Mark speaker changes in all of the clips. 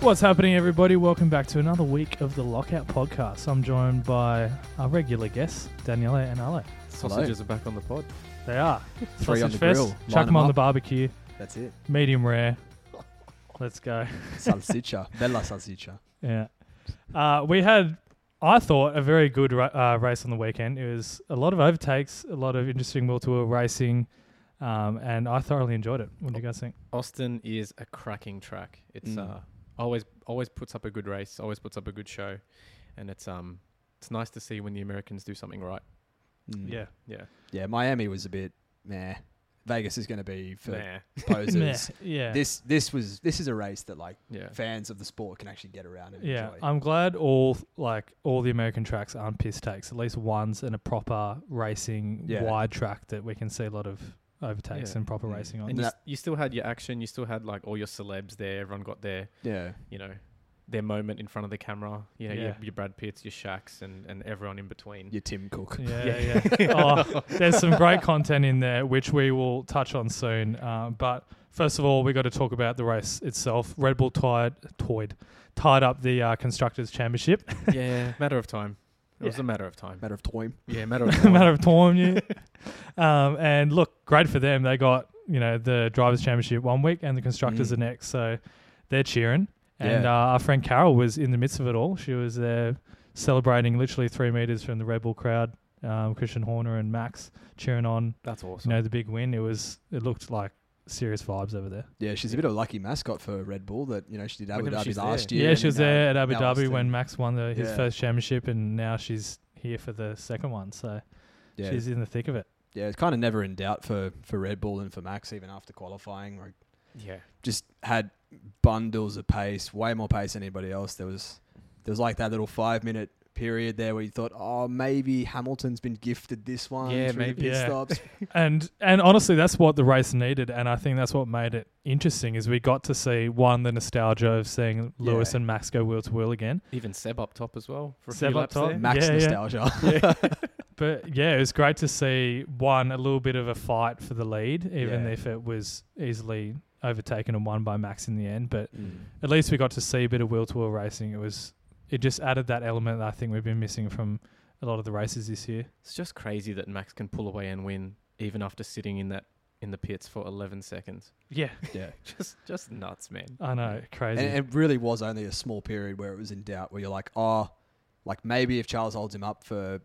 Speaker 1: What's happening, everybody? Welcome back to another week of the Lockout Podcast. I'm joined by our regular guests, Daniela and Ale.
Speaker 2: Sausages are back on the pod.
Speaker 1: They are
Speaker 2: Three on
Speaker 1: Sausage
Speaker 2: the
Speaker 1: fest.
Speaker 2: grill.
Speaker 1: Chuck
Speaker 2: Line
Speaker 1: them on
Speaker 2: 'em
Speaker 1: the
Speaker 2: up.
Speaker 1: barbecue.
Speaker 2: That's it.
Speaker 1: Medium rare. Let's go.
Speaker 2: Salsicha. Bella salsicha.
Speaker 1: Yeah. Uh, we had, I thought, a very good ra- uh, race on the weekend. It was a lot of overtakes, a lot of interesting World Tour racing, um, and I thoroughly enjoyed it. What do you guys think?
Speaker 3: Austin is a cracking track. It's
Speaker 2: Mm.
Speaker 3: uh, always always puts up a good race, always puts up a good show, and it's um it's nice to see when the Americans do something right.
Speaker 2: Mm.
Speaker 1: Yeah.
Speaker 3: Yeah,
Speaker 2: Yeah, Miami was a bit meh. Vegas is going to be for
Speaker 3: nah,
Speaker 1: Meh.
Speaker 2: posers.
Speaker 1: Yeah.
Speaker 2: This this was this is a race that like
Speaker 3: yeah.
Speaker 2: fans of the sport can actually get around and
Speaker 1: Yeah,
Speaker 2: enjoy.
Speaker 1: I'm glad all like all the American tracks aren't piss takes. At least one's in a proper racing
Speaker 2: Yeah.
Speaker 1: wide track that we can see a lot of overtakes
Speaker 3: Yeah.
Speaker 1: and proper
Speaker 2: Mm.
Speaker 1: racing on.
Speaker 3: And you,
Speaker 2: Nah.
Speaker 3: s- you still had your action. You still had like all your celebs there. Everyone got their
Speaker 2: yeah,
Speaker 3: you know their moment in front of the camera. You know your,
Speaker 1: Yeah.
Speaker 3: your Brad Pitts, your Shacks, and and everyone in between.
Speaker 2: your Tim Cook.
Speaker 1: yeah, yeah. oh, there's some great content in there which we will touch on soon. Uh, but first of all, we got to talk about the race itself. Red Bull tied, toyed, tied up the uh, constructors' championship.
Speaker 3: yeah, matter of time. It was
Speaker 1: Yeah.
Speaker 3: a matter of time.
Speaker 2: Matter of time.
Speaker 3: Yeah, matter of
Speaker 1: a
Speaker 3: time.
Speaker 1: matter of time, yeah. um, and look, great for them. They got you know the drivers' championship one week and the constructors
Speaker 2: Mm.
Speaker 1: the next, so they're cheering. And
Speaker 2: Yeah.
Speaker 1: uh, our friend Carol was in the midst of it all. She was there celebrating, literally three meters from the Red Bull crowd. Um, Christian Horner and Max cheering on.
Speaker 3: That's awesome.
Speaker 1: You know the big win. It was. It looked like serious vibes over there.
Speaker 2: Yeah, she's a bit of a lucky mascot for Red Bull that you know she did Abu
Speaker 3: Whenever
Speaker 2: Dhabi
Speaker 3: she's
Speaker 2: last
Speaker 3: there.
Speaker 1: Yeah,
Speaker 2: year.
Speaker 1: she was there at Abu Dhabi when Max won the, his
Speaker 2: Yeah.
Speaker 1: first championship, and now she's here for the second one. So
Speaker 2: yeah,
Speaker 1: she's in the thick of it.
Speaker 2: yeah, it's kind of never in doubt for for Red Bull and for Max even after qualifying. Like
Speaker 3: yeah,
Speaker 2: just had bundles of pace, way more pace than anybody else. There was there was like that little five minute period there where you thought, oh, maybe Hamilton's been gifted this one.
Speaker 3: Yeah,
Speaker 2: through the
Speaker 3: maybe.
Speaker 2: pit
Speaker 1: Yeah.
Speaker 2: stops.
Speaker 1: and and honestly that's what the race needed and i think that's what made it interesting is we got to see one the nostalgia of seeing lewis
Speaker 2: Yeah.
Speaker 1: and max go wheel to wheel again
Speaker 3: even Seb up top as well for a
Speaker 1: Seb
Speaker 3: few
Speaker 1: up
Speaker 3: laps
Speaker 1: top.
Speaker 3: there.
Speaker 2: Max
Speaker 1: Yeah, yeah.
Speaker 2: nostalgia.
Speaker 1: but yeah it was great to see one a little bit of a fight for the lead even
Speaker 2: Yeah.
Speaker 1: if it was easily overtaken and won by max in the end but
Speaker 2: Mm.
Speaker 1: at least we got to see a bit of wheel to wheel racing it was it just added that element that i think we've been missing from a lot of the races this year
Speaker 3: It's just crazy that Max can pull away and win even after sitting in that in the pits for 11 seconds.
Speaker 1: yeah
Speaker 2: yeah.
Speaker 3: Just just nuts, man.
Speaker 2: Oh,
Speaker 1: i know
Speaker 2: And
Speaker 1: crazy
Speaker 2: it really was only a small period where it was in doubt, where you're like, oh, like maybe if Charles holds him up for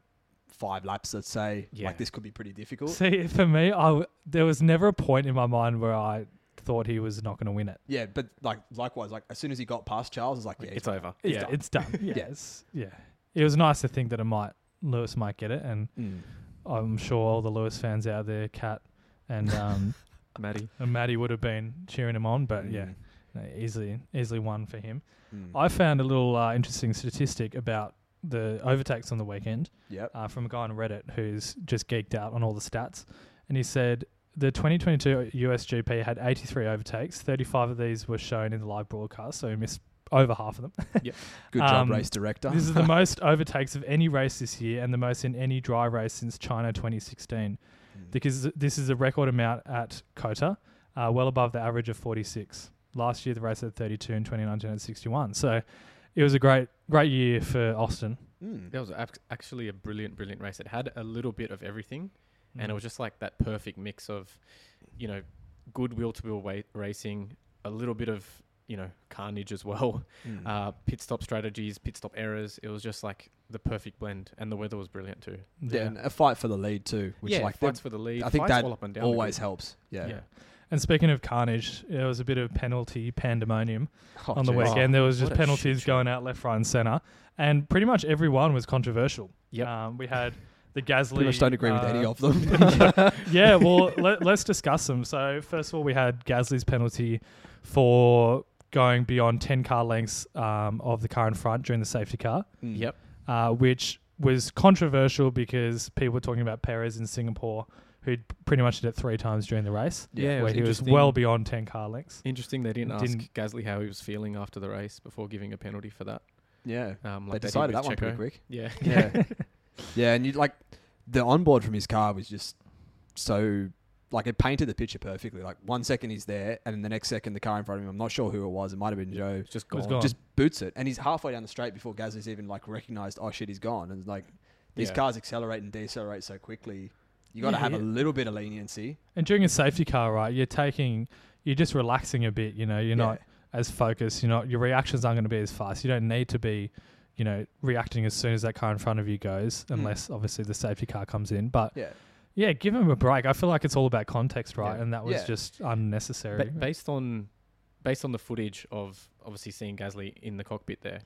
Speaker 2: five laps, let's say,
Speaker 3: Yeah.
Speaker 2: like this could be pretty difficult.
Speaker 1: see for me i w- there was never a point in my mind where i thought he was not going to win it
Speaker 2: yeah, but like likewise, like as soon as he got past Charles, it's like, yeah,
Speaker 3: it's over.
Speaker 2: It's
Speaker 1: yeah,
Speaker 2: done.
Speaker 1: it's done. Yeah,
Speaker 2: Yeah.
Speaker 1: It's, yeah. It was nice to think that it might Lewis might get it, and
Speaker 2: Mm.
Speaker 1: I'm sure all the Lewis fans out there, Cat and um,
Speaker 3: Maddie.
Speaker 1: and Maddie would have been cheering him on, but yeah,
Speaker 2: Mm.
Speaker 1: no, easily easily won for him.
Speaker 2: Mm.
Speaker 1: I found a little uh, interesting statistic about the overtakes on the weekend
Speaker 2: Yep.
Speaker 1: uh, from a guy on Reddit who's just geeked out on all the stats, and he said. The 2022 USGP had 83 overtakes. 35 of these were shown in the live broadcast, so he missed over half of them.
Speaker 2: Good job,
Speaker 1: um,
Speaker 2: race director.
Speaker 1: This is the most overtakes of any race this year and the most in any dry race since China 2016
Speaker 2: Mm.
Speaker 1: because this is a record amount at Kota, uh, well above the average of 46. Last year, the race had 32 and 2019 had 61. So it was a great, great year for Austin.
Speaker 2: Mm.
Speaker 3: That was ac- actually a brilliant brilliant race. It had a little bit of everything
Speaker 2: Mm.
Speaker 3: and it was just like that perfect mix of you know good wheel to wheel racing, a little bit of, you know, carnage as well.
Speaker 2: Mm.
Speaker 3: Uh, pit stop strategies, pit stop errors. It was just like the perfect blend and the weather was brilliant too.
Speaker 2: Yeah, and a fight for the lead too, which
Speaker 3: yeah,
Speaker 2: like
Speaker 3: fights
Speaker 2: that
Speaker 3: for the lead.
Speaker 2: I think
Speaker 3: fights
Speaker 2: that
Speaker 3: all up and down the
Speaker 2: always
Speaker 3: grid.
Speaker 2: helps. Yeah.
Speaker 3: yeah.
Speaker 1: And speaking of carnage, there was a bit of penalty pandemonium
Speaker 2: Oh,
Speaker 1: on the
Speaker 2: jeez.
Speaker 1: weekend. There was just
Speaker 3: what a shit
Speaker 1: penalties
Speaker 3: show.
Speaker 1: going out left, right, and centre. And pretty much every one was controversial.
Speaker 3: Yep.
Speaker 1: Um, we had the Gasly.
Speaker 2: Pretty much don't agree with any
Speaker 1: uh,
Speaker 2: of them.
Speaker 1: yeah, well, let, let's discuss them. So, first of all, we had Gasly's penalty for going beyond 10 car lengths um, of the car in front during the safety car,
Speaker 2: Mm.
Speaker 3: Yep.
Speaker 1: uh, which was controversial because people were talking about Perez in Singapore, who pretty much did it three times during the race,
Speaker 2: Yeah,
Speaker 3: it
Speaker 1: where he was
Speaker 3: interesting.
Speaker 1: well beyond 10 car lengths.
Speaker 3: Interesting they didn't, ask
Speaker 1: Didn't-
Speaker 3: Gasly how he was feeling after the race before giving a penalty for that.
Speaker 2: Yeah.
Speaker 3: Um,
Speaker 2: they
Speaker 3: like did
Speaker 2: decided
Speaker 3: with
Speaker 2: that one
Speaker 3: Checo.
Speaker 2: pretty quick.
Speaker 3: Yeah.
Speaker 2: Yeah. yeah, and you like the onboard from his car was just so like it painted the picture perfectly. Like one second he's there, and then the next second the car in front of him. I'm not sure who it was. It might have been Joe.
Speaker 3: It's just
Speaker 1: It was
Speaker 3: gone.
Speaker 1: gone.
Speaker 2: Just boots it, and he's halfway down the straight before Gasly's even like recognized. Oh shit, he's gone. And like these
Speaker 3: Yeah.
Speaker 2: cars accelerate and decelerate so quickly. You got to
Speaker 1: Yeah,
Speaker 2: have a
Speaker 1: yeah.
Speaker 2: little bit of leniency.
Speaker 1: And during a safety car, right, you're taking, you're just relaxing a bit. You know, you're not as focused. You're not, your reactions aren't going to be as fast. You don't need to be, you know, reacting as soon as that car in front of you goes, unless obviously the safety car comes in. But
Speaker 2: Yeah.
Speaker 1: yeah, give him a break. I feel like it's all about context, right?
Speaker 3: Yeah.
Speaker 1: And that was
Speaker 2: Yeah.
Speaker 1: just unnecessary.
Speaker 3: Ba- based on based on the footage of obviously seeing Gasly in the cockpit there,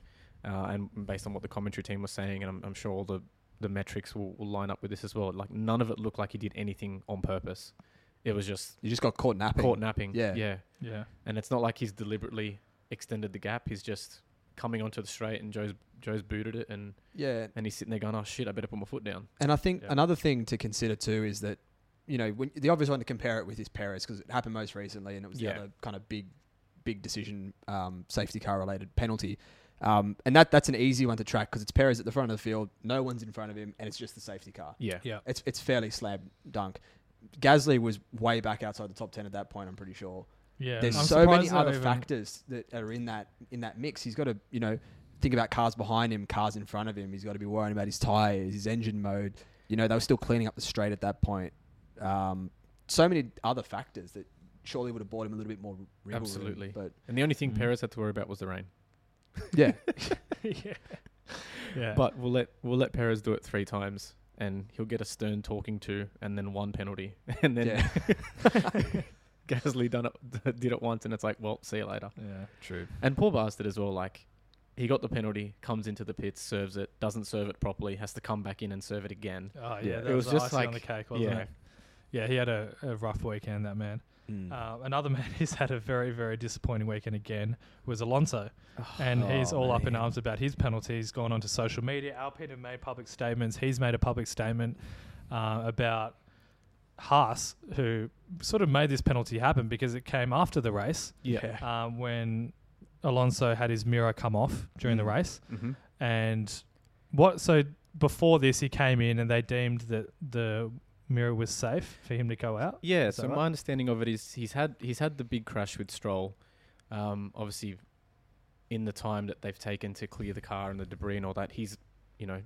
Speaker 3: uh, and based on what the commentary team was saying, and I'm, I'm sure all the the metrics will, will line up with this as well. Like none of it looked like he did anything on purpose. It was just
Speaker 2: You just got caught napping.
Speaker 3: caught napping.
Speaker 2: Yeah.
Speaker 3: yeah.
Speaker 1: yeah.
Speaker 3: And it's not like he's deliberately extended the gap. He's just coming onto the straight, and Joe's Joe's booted it, and
Speaker 2: Yeah.
Speaker 3: and he's sitting there going, "Oh shit, I better put my foot down."
Speaker 2: And I think
Speaker 1: Yeah.
Speaker 2: another thing to consider too is that, you know, when, the obvious one to compare it with is Perez because it happened most recently and it was
Speaker 3: Yeah.
Speaker 2: the other kind of big, big decision, um, safety car related penalty. Um, and that that's an easy one to track because it's Perez at the front of the field, no one's in front of him, and it's just the safety car.
Speaker 3: Yeah,
Speaker 1: Yeah.
Speaker 2: It's it's fairly slam dunk. Gasly was way back outside the top ten at that point. I'm pretty sure.
Speaker 1: Yeah.
Speaker 2: There's
Speaker 1: I'm
Speaker 2: so many
Speaker 1: surprised they're
Speaker 2: other
Speaker 1: even-
Speaker 2: factors that are in that in that mix. He's got to you know think about cars behind him, cars in front of him. He's got to be worrying about his tires, his engine mode. You know they were still cleaning up the straight at that point. Um, so many other factors that surely would have bought him a little bit more. wriggle room,
Speaker 3: Absolutely.
Speaker 2: but
Speaker 3: And the only thing
Speaker 1: Mhm.
Speaker 3: Perez had to worry about was the rain.
Speaker 2: yeah,
Speaker 1: yeah. Yeah.
Speaker 3: But we'll let we'll let Perez do it three times, and he'll get a stern talking to, and then one penalty, and then
Speaker 2: yeah,
Speaker 3: Gasly done it, did it once, and it's like, well, see you later.
Speaker 1: yeah.
Speaker 2: true.
Speaker 3: And poor bastard as well. Like, he got the penalty, comes into the pits, serves it, doesn't serve it properly, has to come back in and serve it again.
Speaker 1: Oh, yeah.
Speaker 2: Yeah.
Speaker 1: That
Speaker 3: It
Speaker 1: was,
Speaker 3: was just
Speaker 1: icing on the
Speaker 3: like-
Speaker 1: cake, wasn't
Speaker 3: yeah.
Speaker 1: it? Yeah. He had a, a rough weekend, that man.
Speaker 2: Mm. Hmm.
Speaker 1: Uh, another man who's had a very, very disappointing weekend again was Alonso. And he's
Speaker 2: Oh,
Speaker 1: all up in
Speaker 2: man.
Speaker 1: arms about his penalty. He's gone onto social media. Alpine have made public statements. He's made a public statement uh, about Haas, who sort of made this penalty happen because it came after the race
Speaker 3: Yeah.
Speaker 1: um, when Alonso had his mirror come off during the
Speaker 2: Mm.
Speaker 1: race.
Speaker 3: Mm-hmm.
Speaker 1: And what? So before this, he came in and they deemed that the mirror was safe for him to go out.
Speaker 3: Yeah.
Speaker 1: Is
Speaker 3: So
Speaker 1: that right?
Speaker 3: my understanding of it is he's had he's had the big crash with Stroll. Um, obviously, in the time that they've taken to clear the car and the debris and all that, he's you know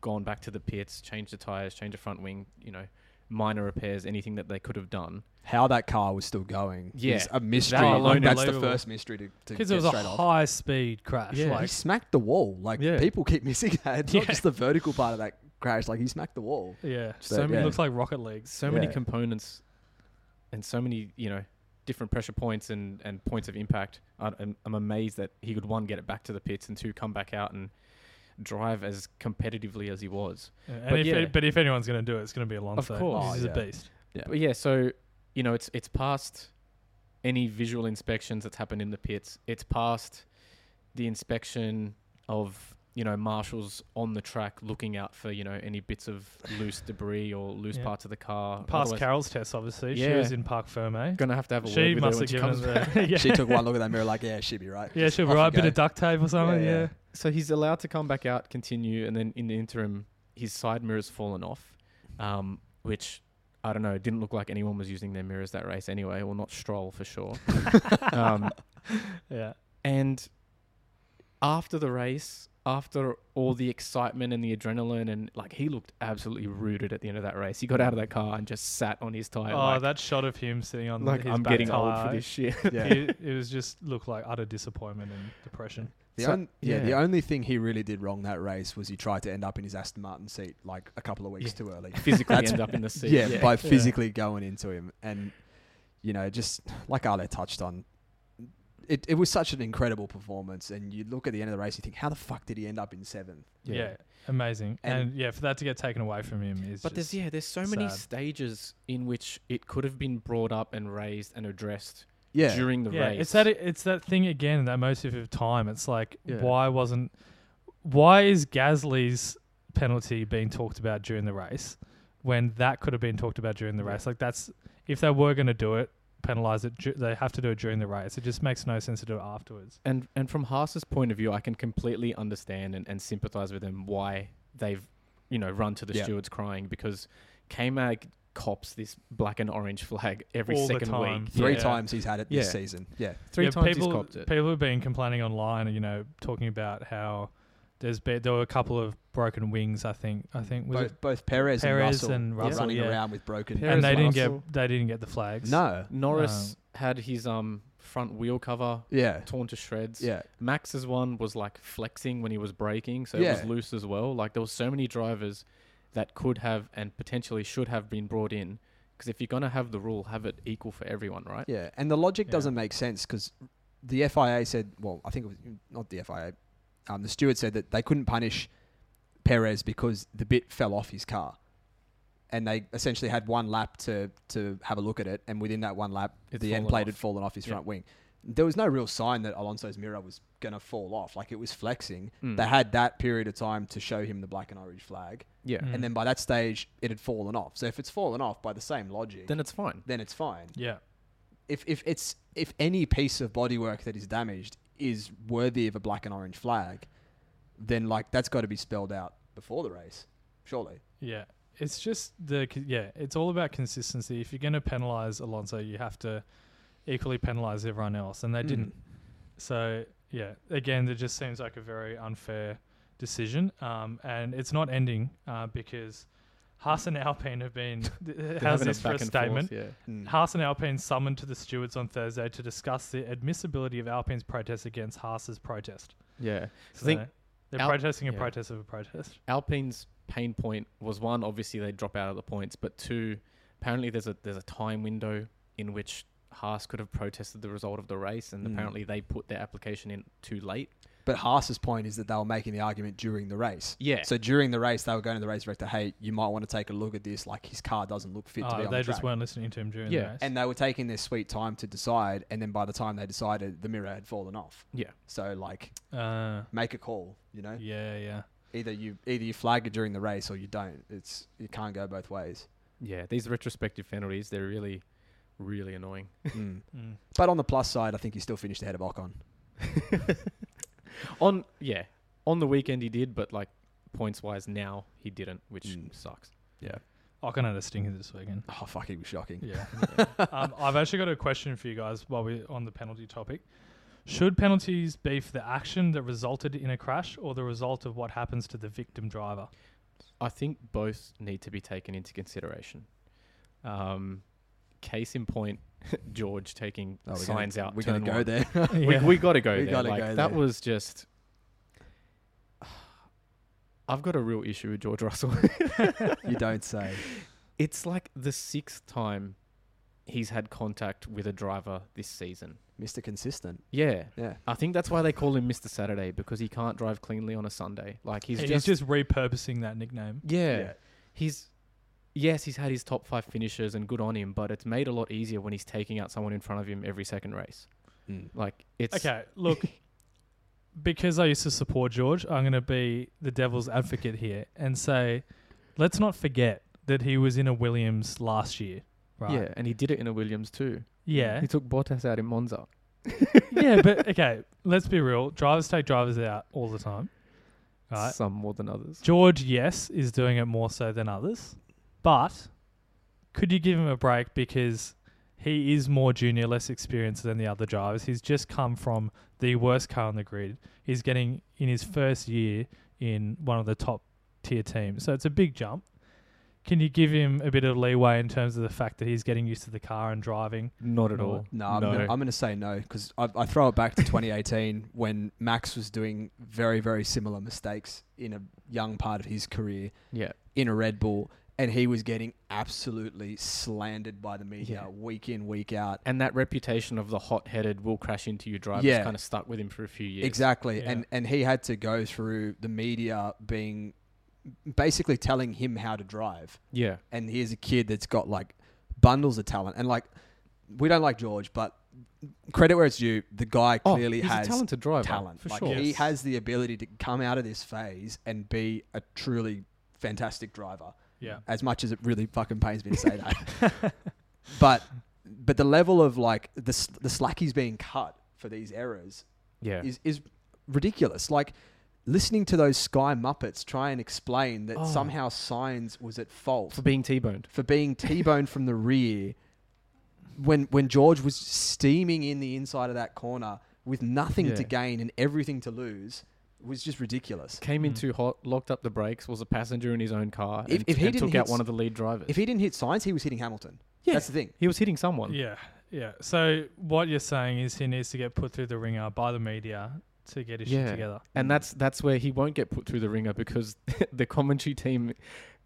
Speaker 3: gone back to the pits, changed the tires, changed the front wing. You know, minor repairs, anything that they could have done.
Speaker 2: How that car was still going
Speaker 3: Yeah.
Speaker 2: is a mystery.
Speaker 3: That
Speaker 2: Like,
Speaker 1: alone
Speaker 2: that's the
Speaker 1: unbelievable.
Speaker 2: first mystery to, to get
Speaker 1: Because it was
Speaker 2: straight
Speaker 1: a
Speaker 2: off.
Speaker 1: high speed crash.
Speaker 3: Yeah.
Speaker 2: he
Speaker 1: Like,
Speaker 2: smacked the wall. Like
Speaker 3: Yeah.
Speaker 2: people keep missing that. It's
Speaker 1: Yeah.
Speaker 2: not just the vertical part of that crash. Like he smacked the wall.
Speaker 1: yeah.
Speaker 3: So
Speaker 2: But,
Speaker 3: many-
Speaker 2: yeah.
Speaker 1: Looks like Rocket League.
Speaker 3: so many
Speaker 2: Yeah.
Speaker 3: components and so many you know different pressure points and, and points of impact I, I'm, I'm amazed that he could one get it back to the pits and two come back out and drive as competitively as he was
Speaker 1: Yeah, and
Speaker 3: But
Speaker 1: if
Speaker 3: yeah.
Speaker 1: it- but if anyone's going to do it, it's going to be Alonso.
Speaker 3: course.
Speaker 1: he's
Speaker 2: Oh,
Speaker 1: a
Speaker 2: yeah.
Speaker 1: beast.
Speaker 2: Yeah.
Speaker 3: but yeah so you know it's it's past any visual inspections that's happened in the pits it's past the inspection of you know marshals on the track looking out for you know any bits of loose debris or loose
Speaker 1: Yeah.
Speaker 3: parts of the car
Speaker 1: Past
Speaker 3: Otherwise,
Speaker 1: Carol's test, obviously. She
Speaker 3: Yeah.
Speaker 1: was in Parc Ferme.
Speaker 3: gonna have to have a
Speaker 1: She
Speaker 3: word with her
Speaker 1: must
Speaker 3: when
Speaker 1: have
Speaker 3: she
Speaker 1: given
Speaker 3: comes back.
Speaker 1: us a. yeah.
Speaker 2: She took one look at that mirror like, yeah, she'd be right.
Speaker 1: Yeah,
Speaker 2: Just
Speaker 1: she'll be
Speaker 2: off
Speaker 1: right.
Speaker 2: you
Speaker 1: Bit
Speaker 2: go.
Speaker 1: of duct tape or something.
Speaker 2: Yeah,
Speaker 1: Yeah.
Speaker 2: yeah.
Speaker 3: so he's allowed to come back out, continue, and then in the interim, his side mirror's fallen off, um, which I don't know. It didn't look like anyone was using their mirrors that race anyway, or not Stroll for sure. um,
Speaker 1: Yeah.
Speaker 3: and after the race, after all the excitement and the adrenaline, and like he looked absolutely rooted at the end of that race. He got out of that car and just sat on his tire.
Speaker 1: Oh,
Speaker 3: like,
Speaker 1: that shot of him sitting on
Speaker 3: like
Speaker 1: his
Speaker 3: I'm
Speaker 1: back
Speaker 3: getting
Speaker 1: tire.
Speaker 3: old for this shit.
Speaker 2: Yeah.
Speaker 1: It, it was just looked like utter disappointment and depression.
Speaker 2: The
Speaker 3: So-
Speaker 2: on- yeah, the
Speaker 3: yeah.
Speaker 2: only thing he really did wrong that race was he tried to end up in his Aston Martin seat like a couple of weeks
Speaker 3: Yeah.
Speaker 2: too early.
Speaker 3: Physically
Speaker 2: That's-
Speaker 3: end up in the seat.
Speaker 2: yeah, by
Speaker 1: Yeah.
Speaker 2: physically going into him, and you know, just like Ale touched on, it it was such an incredible performance. And you look at the end of the race, you think, how the fuck did he end up in seventh?
Speaker 1: Yeah, amazing. And,
Speaker 2: And-
Speaker 1: yeah, for that to get taken away from him is.
Speaker 3: But there's
Speaker 1: just,
Speaker 3: yeah, there's so many
Speaker 1: sad.
Speaker 3: stages in which it could have been brought up and raised and addressed
Speaker 2: Yeah,
Speaker 3: during the
Speaker 1: yeah,
Speaker 3: race.
Speaker 1: it's that it's that thing again, that motive of time. It's like
Speaker 3: Yeah.
Speaker 1: why wasn't why is Gasly's penalty being talked about during the race when that could have been talked about during the
Speaker 3: Yeah.
Speaker 1: race? Like that's if they were going to do it, penalize it. Ju- they have to do it during the race. It just makes no sense to do it afterwards.
Speaker 3: and and from Haas's point of view, I can completely understand and, and sympathize with them why they've you know run to the
Speaker 2: Yeah.
Speaker 3: stewards crying because K Mag cops this black and orange flag every
Speaker 1: All the
Speaker 3: second
Speaker 1: time.
Speaker 3: week.
Speaker 2: Three
Speaker 3: Yeah.
Speaker 2: times he's had it this
Speaker 3: Yeah.
Speaker 2: season. Yeah.
Speaker 3: Three
Speaker 1: Yeah,
Speaker 3: times
Speaker 1: people,
Speaker 3: he's copped it.
Speaker 1: People have been complaining online, you know, talking about how there's be, there were a couple of broken wings. I think
Speaker 3: Mm.
Speaker 1: I think was
Speaker 2: Both,
Speaker 1: it,
Speaker 2: both Perez,
Speaker 1: Perez and
Speaker 2: and Russell, were
Speaker 1: Russell,
Speaker 2: running
Speaker 1: yeah.
Speaker 2: around with broken.
Speaker 3: Perez
Speaker 1: and they didn't
Speaker 3: Russell.
Speaker 1: get they didn't get the flags.
Speaker 2: no.
Speaker 3: Norris had his um front wheel cover
Speaker 2: Yeah.
Speaker 3: torn to shreds.
Speaker 2: Yeah.
Speaker 3: Max's one was like flexing when he was braking, so it
Speaker 2: Yeah.
Speaker 3: was loose as well. Like there were so many drivers that could have and potentially should have been brought in because if you're gonna have the rule, have it equal for everyone, right?
Speaker 2: Yeah, and the logic
Speaker 1: Yeah.
Speaker 2: doesn't make sense because the FIA said, well, I think it was not the FIA, um, the steward said that they couldn't punish Perez because the bit fell off his car, and they essentially had one lap to to have a look at it, and within that one lap,
Speaker 3: It's
Speaker 2: the end
Speaker 3: fallen
Speaker 2: plate
Speaker 3: off.
Speaker 2: had fallen off his
Speaker 3: Yeah.
Speaker 2: front wing. There was no real sign that Alonso's mirror was going to fall off. Like it was flexing.
Speaker 3: Mm.
Speaker 2: They had that period of time to show him the black and orange flag.
Speaker 3: Yeah.
Speaker 1: Mm.
Speaker 2: And then by that stage, it had fallen off. So if it's fallen off by the same logic,
Speaker 3: Then it's fine.
Speaker 2: then it's fine
Speaker 1: Yeah.
Speaker 2: if if it's if any piece of bodywork that is damaged is worthy of a black and orange flag, then like that's got to be spelled out before the race, surely.
Speaker 1: Yeah, it's just the c- yeah, it's all about consistency. If you're going to penalize Alonso, you have to equally penalize everyone else, and they
Speaker 3: Mm.
Speaker 1: didn't. So yeah, again, it just seems like a very unfair decision, um, and it's not ending uh, because Haas and Alpine have been.
Speaker 3: They're
Speaker 1: how's
Speaker 3: having
Speaker 1: this for a
Speaker 3: back and
Speaker 1: statement?
Speaker 3: Forth, yeah.
Speaker 2: Mm.
Speaker 1: Haas and Alpine summoned to the stewards on Thursday to discuss the admissibility of Alpine's protest against Haas's protest.
Speaker 3: Yeah.
Speaker 1: So
Speaker 3: think
Speaker 1: they're
Speaker 3: Al-
Speaker 1: protesting a
Speaker 3: yeah.
Speaker 1: protest of a protest.
Speaker 3: Alpine's pain point was one, obviously they drop out of the points, but two, apparently there's a there's a time window in which Haas could have protested the result of the race, and
Speaker 2: Mm.
Speaker 3: apparently they put their application in too late.
Speaker 2: But Haas's point is that they were making the argument during the race.
Speaker 3: Yeah.
Speaker 2: So during the race, they were going to the race director, hey, you might want to take a look at this. Like his car doesn't look fit to be
Speaker 1: Oh,
Speaker 2: on
Speaker 1: they
Speaker 2: the
Speaker 1: just
Speaker 2: track.
Speaker 1: weren't listening to him during the
Speaker 3: Yeah,
Speaker 1: race.
Speaker 2: And they were taking their sweet time to decide, and then by the time they decided, the mirror had fallen off.
Speaker 3: yeah.
Speaker 2: So like,
Speaker 1: uh,
Speaker 2: make a call. You know,
Speaker 1: yeah, yeah.
Speaker 2: either you either you flag it during the race or you don't. It's it can't go both ways.
Speaker 3: Yeah. These retrospective penalties, they're really, really annoying.
Speaker 2: Mm.
Speaker 1: Mm.
Speaker 2: But on the plus side, I think he still finished ahead of Ocon.
Speaker 3: on yeah. On the weekend he did, but like points wise now he didn't, which
Speaker 2: Mm.
Speaker 3: sucks.
Speaker 1: Ocon had a stinker this weekend.
Speaker 2: Oh fuck, he was shocking.
Speaker 1: Yeah. um, I've actually got a question for you guys while we're on the penalty topic. Should penalties be for the action that resulted in a crash or the result of what happens to the victim driver?
Speaker 3: I think both need to be taken into consideration. Um, case in point, George taking
Speaker 2: Oh, we're
Speaker 3: signs
Speaker 2: gonna,
Speaker 3: out.
Speaker 2: We're
Speaker 3: turn
Speaker 2: gonna go
Speaker 3: one.
Speaker 2: there.
Speaker 1: Yeah.
Speaker 3: We, we got to go
Speaker 2: We
Speaker 3: there.
Speaker 2: gotta
Speaker 3: like,
Speaker 2: go
Speaker 3: that
Speaker 2: there.
Speaker 3: was just. I've got a real issue with George Russell.
Speaker 2: you don't say.
Speaker 3: it's like the sixth time he's had contact with a driver this season.
Speaker 2: Mr. Consistent.
Speaker 3: Yeah.
Speaker 2: Yeah.
Speaker 3: I think that's why they call him Mr. Saturday because he can't drive cleanly on a Sunday. Like he's,
Speaker 1: He's,
Speaker 3: just,
Speaker 1: just repurposing that nickname.
Speaker 3: yeah. he's yes, he's had his top five finishes and good on him, but it's made a lot easier when he's taking out someone in front of him every second race.
Speaker 2: Mm.
Speaker 3: Like it's
Speaker 1: Okay, look, because I used to support George, I'm going to be the devil's advocate here and say, let's not forget that he was in a Williams last year, right?
Speaker 3: yeah, and he did it in a Williams too.
Speaker 1: Yeah.
Speaker 3: he took Bottas out in Monza.
Speaker 1: yeah, but okay, let's be real. Drivers take drivers out all the time. Right?
Speaker 3: Some more than others.
Speaker 1: George, yes, is doing it more so than others. But could you give him a break because he is more junior, less experienced than the other drivers. He's just come from the worst car on the grid. He's getting in his first year in one of the top tier teams. So it's a big jump. Can you give him a bit of leeway in terms of the fact that he's getting used to the car and driving?
Speaker 3: Not at
Speaker 1: No.
Speaker 3: all.
Speaker 2: No, I'm, Gonna, I'm gonna say no because I, I throw it back to 2018 when Max was doing very, very similar mistakes in a young part of his career
Speaker 3: yeah.
Speaker 2: in a Red Bull, and he was getting absolutely slandered by the media
Speaker 3: Yeah.
Speaker 2: week in, week out.
Speaker 3: And that reputation of the hot-headed will crash into you driver
Speaker 2: Yeah.
Speaker 3: kind of stuck with him for a few years.
Speaker 2: Exactly.
Speaker 1: Yeah.
Speaker 2: And and he had to go through the media being basically telling him how to drive.
Speaker 3: Yeah.
Speaker 2: And here's a kid that's got like bundles of talent. And like we don't like George, but credit where it's due, the guy
Speaker 3: Oh,
Speaker 2: clearly
Speaker 3: he's
Speaker 2: has
Speaker 3: a talented driver.
Speaker 2: talent.
Speaker 3: for
Speaker 2: like
Speaker 3: sure.
Speaker 2: he
Speaker 1: Yes.
Speaker 2: has the ability to come out of this phase and be a truly fantastic driver.
Speaker 1: Yeah.
Speaker 2: As much as it really fucking pains me to say that. but but the level of like the s- the slack he's being cut for these errors
Speaker 3: Yeah.
Speaker 2: is is ridiculous. Like listening to those Sky Muppets try and explain that
Speaker 3: Oh.
Speaker 2: somehow Signs was at fault
Speaker 3: for being T-boned.
Speaker 2: for being T-boned from the rear when when George was steaming in the inside of that corner with nothing
Speaker 3: Yeah.
Speaker 2: to gain and everything to lose was just ridiculous.
Speaker 3: Came in
Speaker 1: Mm.
Speaker 3: too hot, locked up the brakes, was a passenger in his own car,
Speaker 2: If-
Speaker 3: and,
Speaker 2: if he
Speaker 3: and
Speaker 2: didn't
Speaker 3: took out
Speaker 2: hit
Speaker 3: one of the lead drivers.
Speaker 2: If he didn't hit Signs, he was hitting Hamilton.
Speaker 3: Yeah.
Speaker 2: That's the thing.
Speaker 3: he was hitting someone.
Speaker 1: Yeah, yeah. So what you're saying is he needs to get put through the ringer by the media to get his shit
Speaker 3: Yeah.
Speaker 1: together.
Speaker 3: And that's that's where he won't get put through the ringer because the commentary team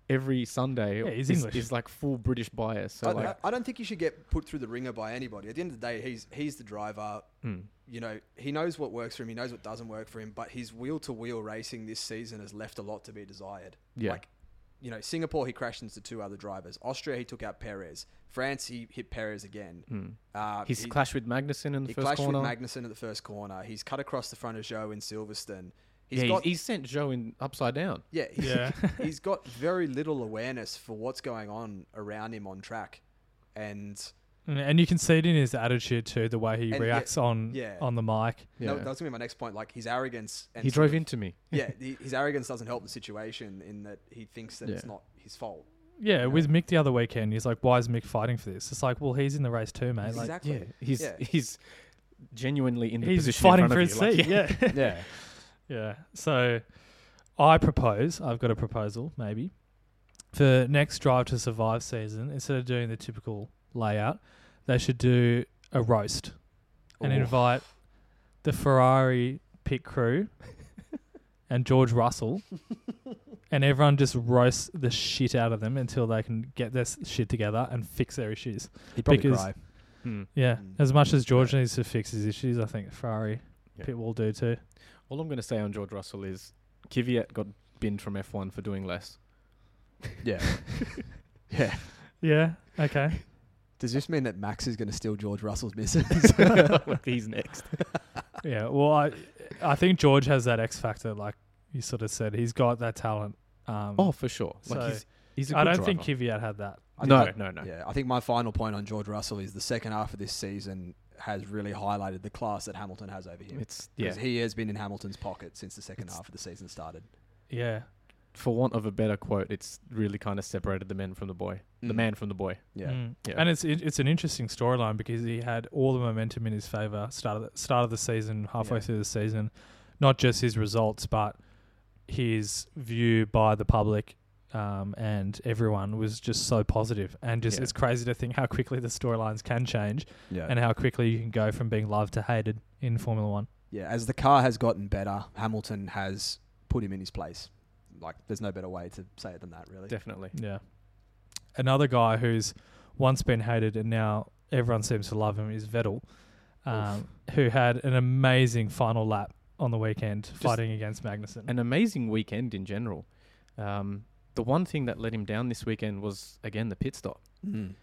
Speaker 3: every Sunday
Speaker 1: Yeah, he's
Speaker 3: is,
Speaker 1: English.
Speaker 3: is like full British bias. So
Speaker 2: I,
Speaker 3: like,
Speaker 2: I don't think you should get put through the ringer by anybody. At the end of the day, he's he's the driver.
Speaker 3: mm.
Speaker 2: You know, he knows what works for him. He knows what doesn't work for him. But his wheel to wheel racing this season has left a lot to be desired.
Speaker 3: Yeah.
Speaker 2: Like, you know, Singapore he crashed into two other drivers. Austria he took out Perez. France he hit Perez again.
Speaker 3: mm.
Speaker 2: Uh,
Speaker 3: he's
Speaker 2: he-
Speaker 3: clashed with Magnussen in the
Speaker 2: He
Speaker 3: first
Speaker 2: clashed
Speaker 3: corner.
Speaker 2: with Magnussen at the first corner. He's cut across the front of Joe in Silverstone.
Speaker 3: yeah,
Speaker 2: He's got
Speaker 3: he's, he's sent Joe in upside down.
Speaker 2: yeah, he's,
Speaker 1: Yeah.
Speaker 2: he's got very little awareness for what's going on around him on track, and
Speaker 1: And- And you can see it in his attitude too, the way he
Speaker 2: And yeah-
Speaker 1: reacts on
Speaker 2: yeah.
Speaker 1: on the mic.
Speaker 3: Yeah.
Speaker 2: that, that was gonna be my next point. Like his arrogance. And
Speaker 3: he
Speaker 2: sort
Speaker 3: drove
Speaker 2: of-
Speaker 3: into me.
Speaker 2: yeah, the- his arrogance doesn't help the situation in that he thinks that it's
Speaker 3: Yeah.
Speaker 2: not his fault.
Speaker 1: Yeah, with Mick the other weekend, he's like, "Why is Mick fighting for this?" It's like, well, he's in the race too, mate. Like,
Speaker 2: exactly.
Speaker 3: Yeah, he's
Speaker 2: Yeah.
Speaker 3: he's genuinely in the
Speaker 1: he's
Speaker 3: position
Speaker 1: fighting
Speaker 3: in
Speaker 1: for
Speaker 3: front
Speaker 1: his
Speaker 3: of you.
Speaker 1: seat.
Speaker 3: Like,
Speaker 1: yeah.
Speaker 3: yeah. yeah.
Speaker 1: Yeah. So I propose, I've got a proposal, maybe, for next Drive to Survive season, instead of doing the typical layout, they should do a roast and
Speaker 3: Ooh.
Speaker 1: invite the Ferrari pit crew and George Russell. And everyone just roasts the shit out of them until they can get their s- shit together and fix their issues.
Speaker 2: He'd
Speaker 1: probably Because- cry.
Speaker 3: Hmm.
Speaker 1: Yeah,
Speaker 2: Mm.
Speaker 1: as much as George needs to fix his issues, I think Ferrari
Speaker 3: Yeah.
Speaker 1: pit will do too.
Speaker 3: All I'm going to say on George Russell is Kvyat got binned from F1 for doing less.
Speaker 2: Yeah. yeah.
Speaker 1: Yeah. Okay.
Speaker 2: Does this mean that Max is gonna steal George Russell's misses?
Speaker 3: he's next.
Speaker 1: Yeah, well, I I think George has that X factor, like you sort of said. He's got that talent. Um,
Speaker 3: Oh, for sure. Like
Speaker 1: So-
Speaker 3: he's he's a good
Speaker 1: I don't
Speaker 3: driver.
Speaker 1: think Kvyat had that.
Speaker 2: I
Speaker 3: no,
Speaker 2: think
Speaker 3: no, no.
Speaker 2: Yeah, I think my final point on George Russell is the second half of this season has really highlighted the class that Hamilton has over him.
Speaker 3: It's yeah.
Speaker 2: Because he has been in Hamilton's pocket since the second
Speaker 3: It's-
Speaker 2: half of the season started.
Speaker 1: Yeah,
Speaker 3: For want of a better quote, it's really kind of separated the men from the boy, the
Speaker 2: Mm.
Speaker 3: man from the boy.
Speaker 2: Yeah.
Speaker 1: Mm.
Speaker 3: Yeah.
Speaker 1: And it's it- it's an interesting storyline because he had all the momentum in his favor start of the, start of the season, halfway
Speaker 2: Yeah.
Speaker 1: through the season, not just his results, but his view by the public. Um, and everyone was just so positive, and just
Speaker 3: Yeah.
Speaker 1: it's crazy to think how quickly the storylines can change,
Speaker 2: Yeah.
Speaker 1: and how quickly you can go from being loved to hated in Formula One.
Speaker 2: yeah, as the car has gotten better, Hamilton has put him in his place. Like there's no better way to say it than that, really.
Speaker 3: Definitely.
Speaker 1: Yeah. Another guy who's once been hated and now everyone seems to love him is Vettel, um, who had an amazing final lap on the weekend fighting against Magnussen.
Speaker 3: An amazing weekend in general. Um, the one thing that let him down this weekend was again the pit stop.
Speaker 2: Mm.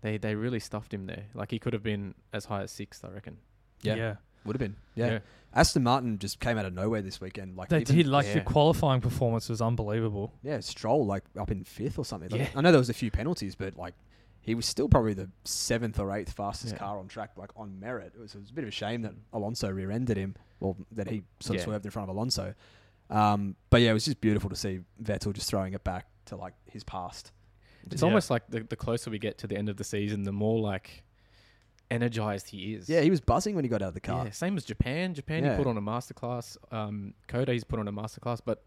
Speaker 3: They they really stuffed him there. Like he could have been as high as sixth, I reckon.
Speaker 2: Yeah. Would have been. Yeah.
Speaker 3: Yeah.
Speaker 2: Aston Martin just came out of nowhere this weekend. Like
Speaker 1: They
Speaker 2: even-
Speaker 1: did like the
Speaker 3: yeah.
Speaker 1: qualifying performance was unbelievable.
Speaker 2: Yeah, Stroll like up in fifth or something. Like,
Speaker 3: Yeah.
Speaker 2: I know there was a few penalties, but like he was still probably the seventh or eighth fastest
Speaker 3: Yeah.
Speaker 2: car on track, like on merit. It was, it was a bit of a shame that Alonso rear-ended him, or that he sort of
Speaker 3: Yeah.
Speaker 2: swerved in front of Alonso. Um, but yeah, it was just beautiful to see Vettel just throwing it back to like his past.
Speaker 3: It's
Speaker 1: Yeah.
Speaker 3: almost like the, the closer we get to the end of the season, the more like energized he is.
Speaker 2: Yeah, he was buzzing when he got out of the car.
Speaker 3: Yeah, same as Japan. Japan,
Speaker 2: Yeah.
Speaker 3: you put on a masterclass. Um, Koda, he's put on a masterclass, but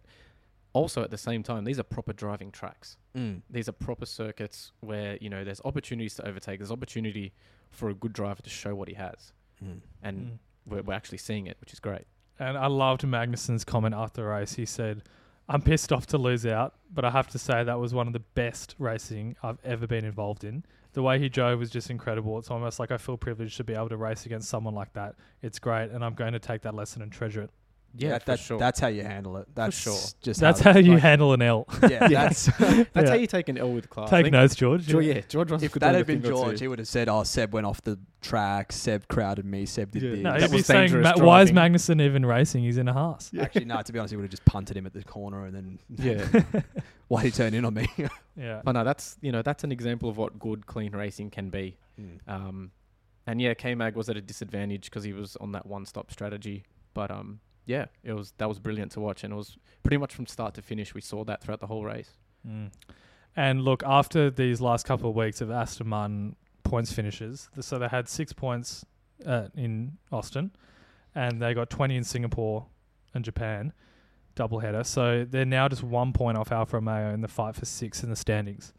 Speaker 3: also at the same time, these are proper driving tracks.
Speaker 2: Mm.
Speaker 3: These are proper circuits where you know there's opportunities to overtake. There's opportunity for a good driver to show what he has,
Speaker 2: Mm.
Speaker 3: and
Speaker 1: Mm.
Speaker 3: we're, we're actually seeing it, which is great.
Speaker 1: And I loved Magnussen's comment after the race. He said, I'm pissed off to lose out, but I have to say that was one of the best racing I've ever been involved in. The way he drove was just incredible. It's almost like I feel privileged to be able to race against someone like that. It's great, and I'm going to take that lesson and treasure it.
Speaker 3: Yeah,
Speaker 2: that,
Speaker 3: for
Speaker 2: that-
Speaker 3: sure.
Speaker 2: That's how you handle it. That's
Speaker 3: sure.
Speaker 2: Just
Speaker 1: That's how you
Speaker 2: like,
Speaker 1: handle an L.
Speaker 2: Yeah, that's.
Speaker 3: That's how
Speaker 1: Yeah.
Speaker 3: you take an L with class. I
Speaker 1: Take
Speaker 3: think
Speaker 1: notes, George.
Speaker 3: Jo- yeah, George Russell
Speaker 2: if
Speaker 3: could
Speaker 2: that
Speaker 3: learn a
Speaker 2: had been
Speaker 3: thing or
Speaker 2: George,
Speaker 3: two.
Speaker 2: he would have said, "Oh, Seb went off the track. Seb crowded me. Seb did
Speaker 3: Yeah.
Speaker 2: this."
Speaker 1: No,
Speaker 3: That
Speaker 1: he'd be
Speaker 3: was
Speaker 1: saying,
Speaker 3: dangerous
Speaker 1: "Ma- why is
Speaker 3: driving."
Speaker 1: Magnussen even racing? He's in a Haas.
Speaker 2: Actually, no. To be honest, he would have just punted him at the corner, and then
Speaker 3: yeah,
Speaker 2: why did he turn in on me?
Speaker 1: Yeah.
Speaker 3: but Oh, no, that's you know that's an example of what good clean racing can be. Um, and yeah, K Mag was at a disadvantage because he was on that one stop strategy. But um, yeah, it was that was brilliant to watch, and it was pretty much from start to finish. We saw that throughout the whole race.
Speaker 1: Mm. And look, after these last couple of weeks of Aston Martin points finishes, th- so they had six points uh, in Austin, and they got 20 in Singapore and Japan, doubleheader. So they're now just one point off Alfa Romeo in the fight for six in the standings.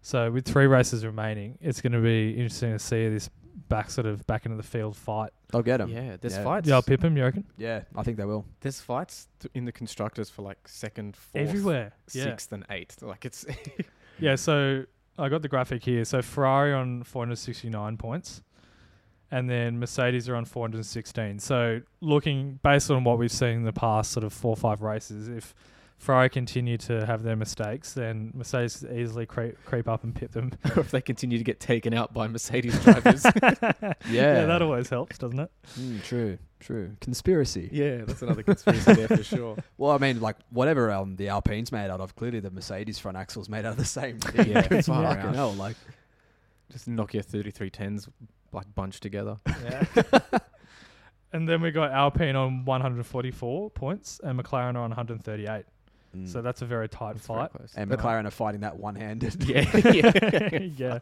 Speaker 1: So with three races remaining, it's going to be interesting to see this back sort of back into the field fight.
Speaker 2: They'll get them. Yeah.
Speaker 3: Yeah, there's
Speaker 2: Yeah.
Speaker 3: fights.
Speaker 1: Yeah, Pippin, you reckon?
Speaker 2: I think they will.
Speaker 3: there's fights th- in the constructors for like second, fourth,
Speaker 1: Everywhere. Yeah.
Speaker 3: sixth, and eighth. Like it's
Speaker 1: Yeah, so I got the graphic here. So Ferrari on 469 points, and then Mercedes are on 416. So looking based on what we've seen in the past sort of four or five races, if Ferrari continue to have their mistakes, then Mercedes could easily creep, creep up and pit them.
Speaker 3: if they continue to get taken out by Mercedes drivers.
Speaker 1: yeah, that always helps, doesn't it?
Speaker 2: Mm, true. True. Conspiracy.
Speaker 3: yeah, that's another conspiracy there for sure.
Speaker 2: Well, I mean, like whatever um, the Alpine's made out of, clearly the Mercedes front axle's made out of the same thing.
Speaker 3: Yeah,
Speaker 2: It's
Speaker 3: far
Speaker 2: fucking
Speaker 3: out.
Speaker 2: hell. Like,
Speaker 3: Just Nokia 3310s like bunched together.
Speaker 1: Yeah. and then we got Alpine on 144 points and McLaren are on 138. So that's a very tight
Speaker 3: That's very
Speaker 1: fight.
Speaker 3: close.
Speaker 2: Hmm. and
Speaker 1: Yeah.
Speaker 2: McLaren are fighting that one-handed.
Speaker 3: yeah, yeah.
Speaker 1: yeah.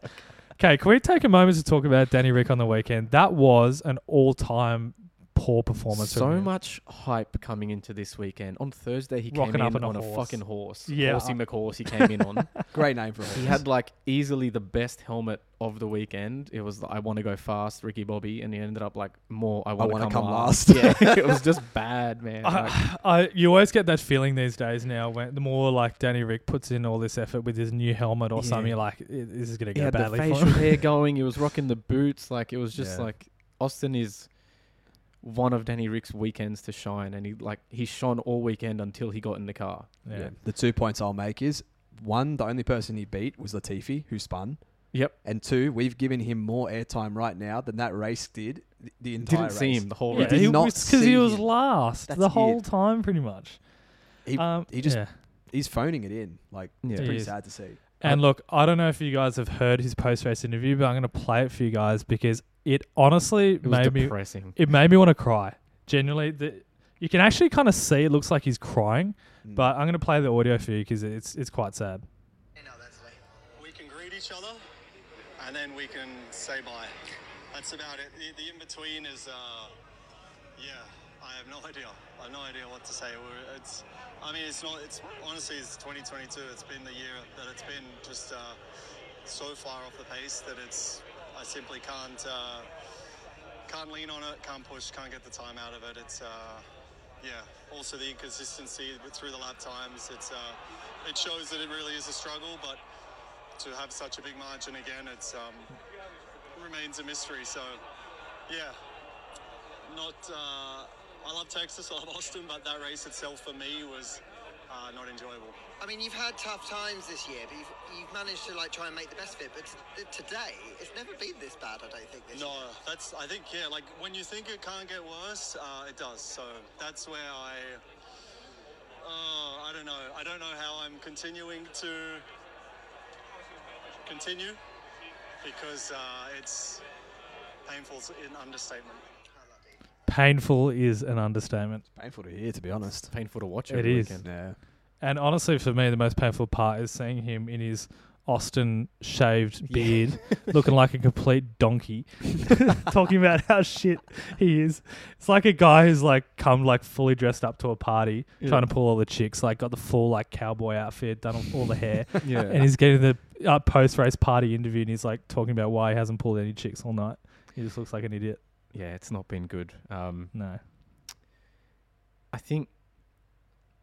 Speaker 1: Okay, can we take a moment to talk about Danny Rick on the weekend? That was an all-time poor performance. from
Speaker 3: So
Speaker 1: him.
Speaker 3: much hype coming into this weekend. On Thursday, he
Speaker 1: Rocking
Speaker 3: came
Speaker 1: up
Speaker 3: in
Speaker 1: on
Speaker 3: on
Speaker 1: a
Speaker 3: a,
Speaker 1: horse.
Speaker 3: fucking horse.
Speaker 1: Yeah.
Speaker 3: Horsey McHorse, he came in on.
Speaker 2: Great name for a
Speaker 3: he
Speaker 2: horse.
Speaker 3: had like easily the best helmet of the weekend. It was the I want to go fast, Ricky Bobby, and he ended up like more I want to
Speaker 2: wanna
Speaker 3: come,
Speaker 2: come
Speaker 3: last. Ah,
Speaker 2: last.
Speaker 3: yeah, it was just bad, man. Like,
Speaker 1: I, I, you always get that feeling these days now. When the more like Danny Rick puts in all this effort with his new helmet or
Speaker 3: Yeah.
Speaker 1: something, you're like "I- this is gonna
Speaker 3: he
Speaker 1: go
Speaker 3: had the
Speaker 1: badly for
Speaker 3: facial
Speaker 1: him.
Speaker 3: hair going. He was rocking the boots. Like it was just
Speaker 2: Yeah.
Speaker 3: like Austin is one of Danny Rick's weekends to shine, and he like he shone all weekend until he got in the car.
Speaker 1: Yeah.
Speaker 2: Yeah. The two points I'll make is one, the only person he beat was Latifi, who spun.
Speaker 3: Yep.
Speaker 2: And two, we've given him more airtime right now than that race did th- the
Speaker 3: Didn't
Speaker 2: entire race.
Speaker 3: see him the whole
Speaker 1: Yeah,
Speaker 3: race.
Speaker 2: did
Speaker 1: he,
Speaker 2: not
Speaker 1: because he
Speaker 2: see
Speaker 1: was
Speaker 2: him.
Speaker 1: last
Speaker 2: That's
Speaker 1: the whole
Speaker 2: it.
Speaker 1: time, pretty much.
Speaker 2: He,
Speaker 1: um,
Speaker 2: he just
Speaker 1: yeah.
Speaker 2: he's phoning it in. Like
Speaker 3: Yeah.
Speaker 2: it's
Speaker 1: He
Speaker 2: pretty
Speaker 1: is.
Speaker 2: sad to see.
Speaker 1: And look, I don't know if you guys have heard his post-race interview, but I'm gonna play it for you guys because it honestly
Speaker 3: It was
Speaker 1: made me
Speaker 3: depressing.
Speaker 1: it made me want to cry. Genuinely, the, you can actually kind of see it looks like he's crying,
Speaker 2: Mm.
Speaker 1: but I'm going to play the audio for you because it's it's quite sad.
Speaker 4: No, that's late. We can greet each other, and then we can say bye. That's about it. The, the in between is, uh, yeah, I have no idea. I have no idea what to say. We're, it's, I mean, it's not. It's honestly, it's 2022. It's been the year that it's been just uh, so far off the pace that it's. I simply can't. Uh, can't lean on it, can't push, can't get the time out of it. It's uh, yeah. Also the inconsistency with- through the lap times. It's uh, it shows that it really is a struggle, but to have such a big margin again, it's um, remains a mystery. So yeah, not. Uh, I love Texas, I love Austin, but that race itself for me was uh, not enjoyable.
Speaker 5: I mean, you've had tough times this year, but you've, you've managed to like try and make the best of it. But t- today, it's never been this bad. I don't think. This
Speaker 4: No,
Speaker 5: year.
Speaker 4: that's. I think yeah. Like when you think it can't get worse, uh, it does. So that's where I. Oh, I don't know. I don't know how I'm continuing to continue because uh, it's painful is an understatement.
Speaker 1: Painful is an understatement.
Speaker 2: Painful to hear, to be honest.
Speaker 3: It's painful to watch
Speaker 1: It
Speaker 3: every
Speaker 1: is.
Speaker 3: weekend.
Speaker 2: Yeah.
Speaker 1: And honestly, for me, the most painful part is seeing him in his Austin shaved beard, looking like a complete donkey, talking about how shit he is. It's like a guy who's like come like fully dressed up to a party, trying to pull all the chicks, like got the full like cowboy outfit, done all the hair,
Speaker 3: Yeah.
Speaker 1: and he's getting the uh, post race party interview and he's like talking about why he hasn't pulled any chicks all night. He just looks like an idiot.
Speaker 3: yeah, it's not been good. Um,
Speaker 1: No.
Speaker 3: I think,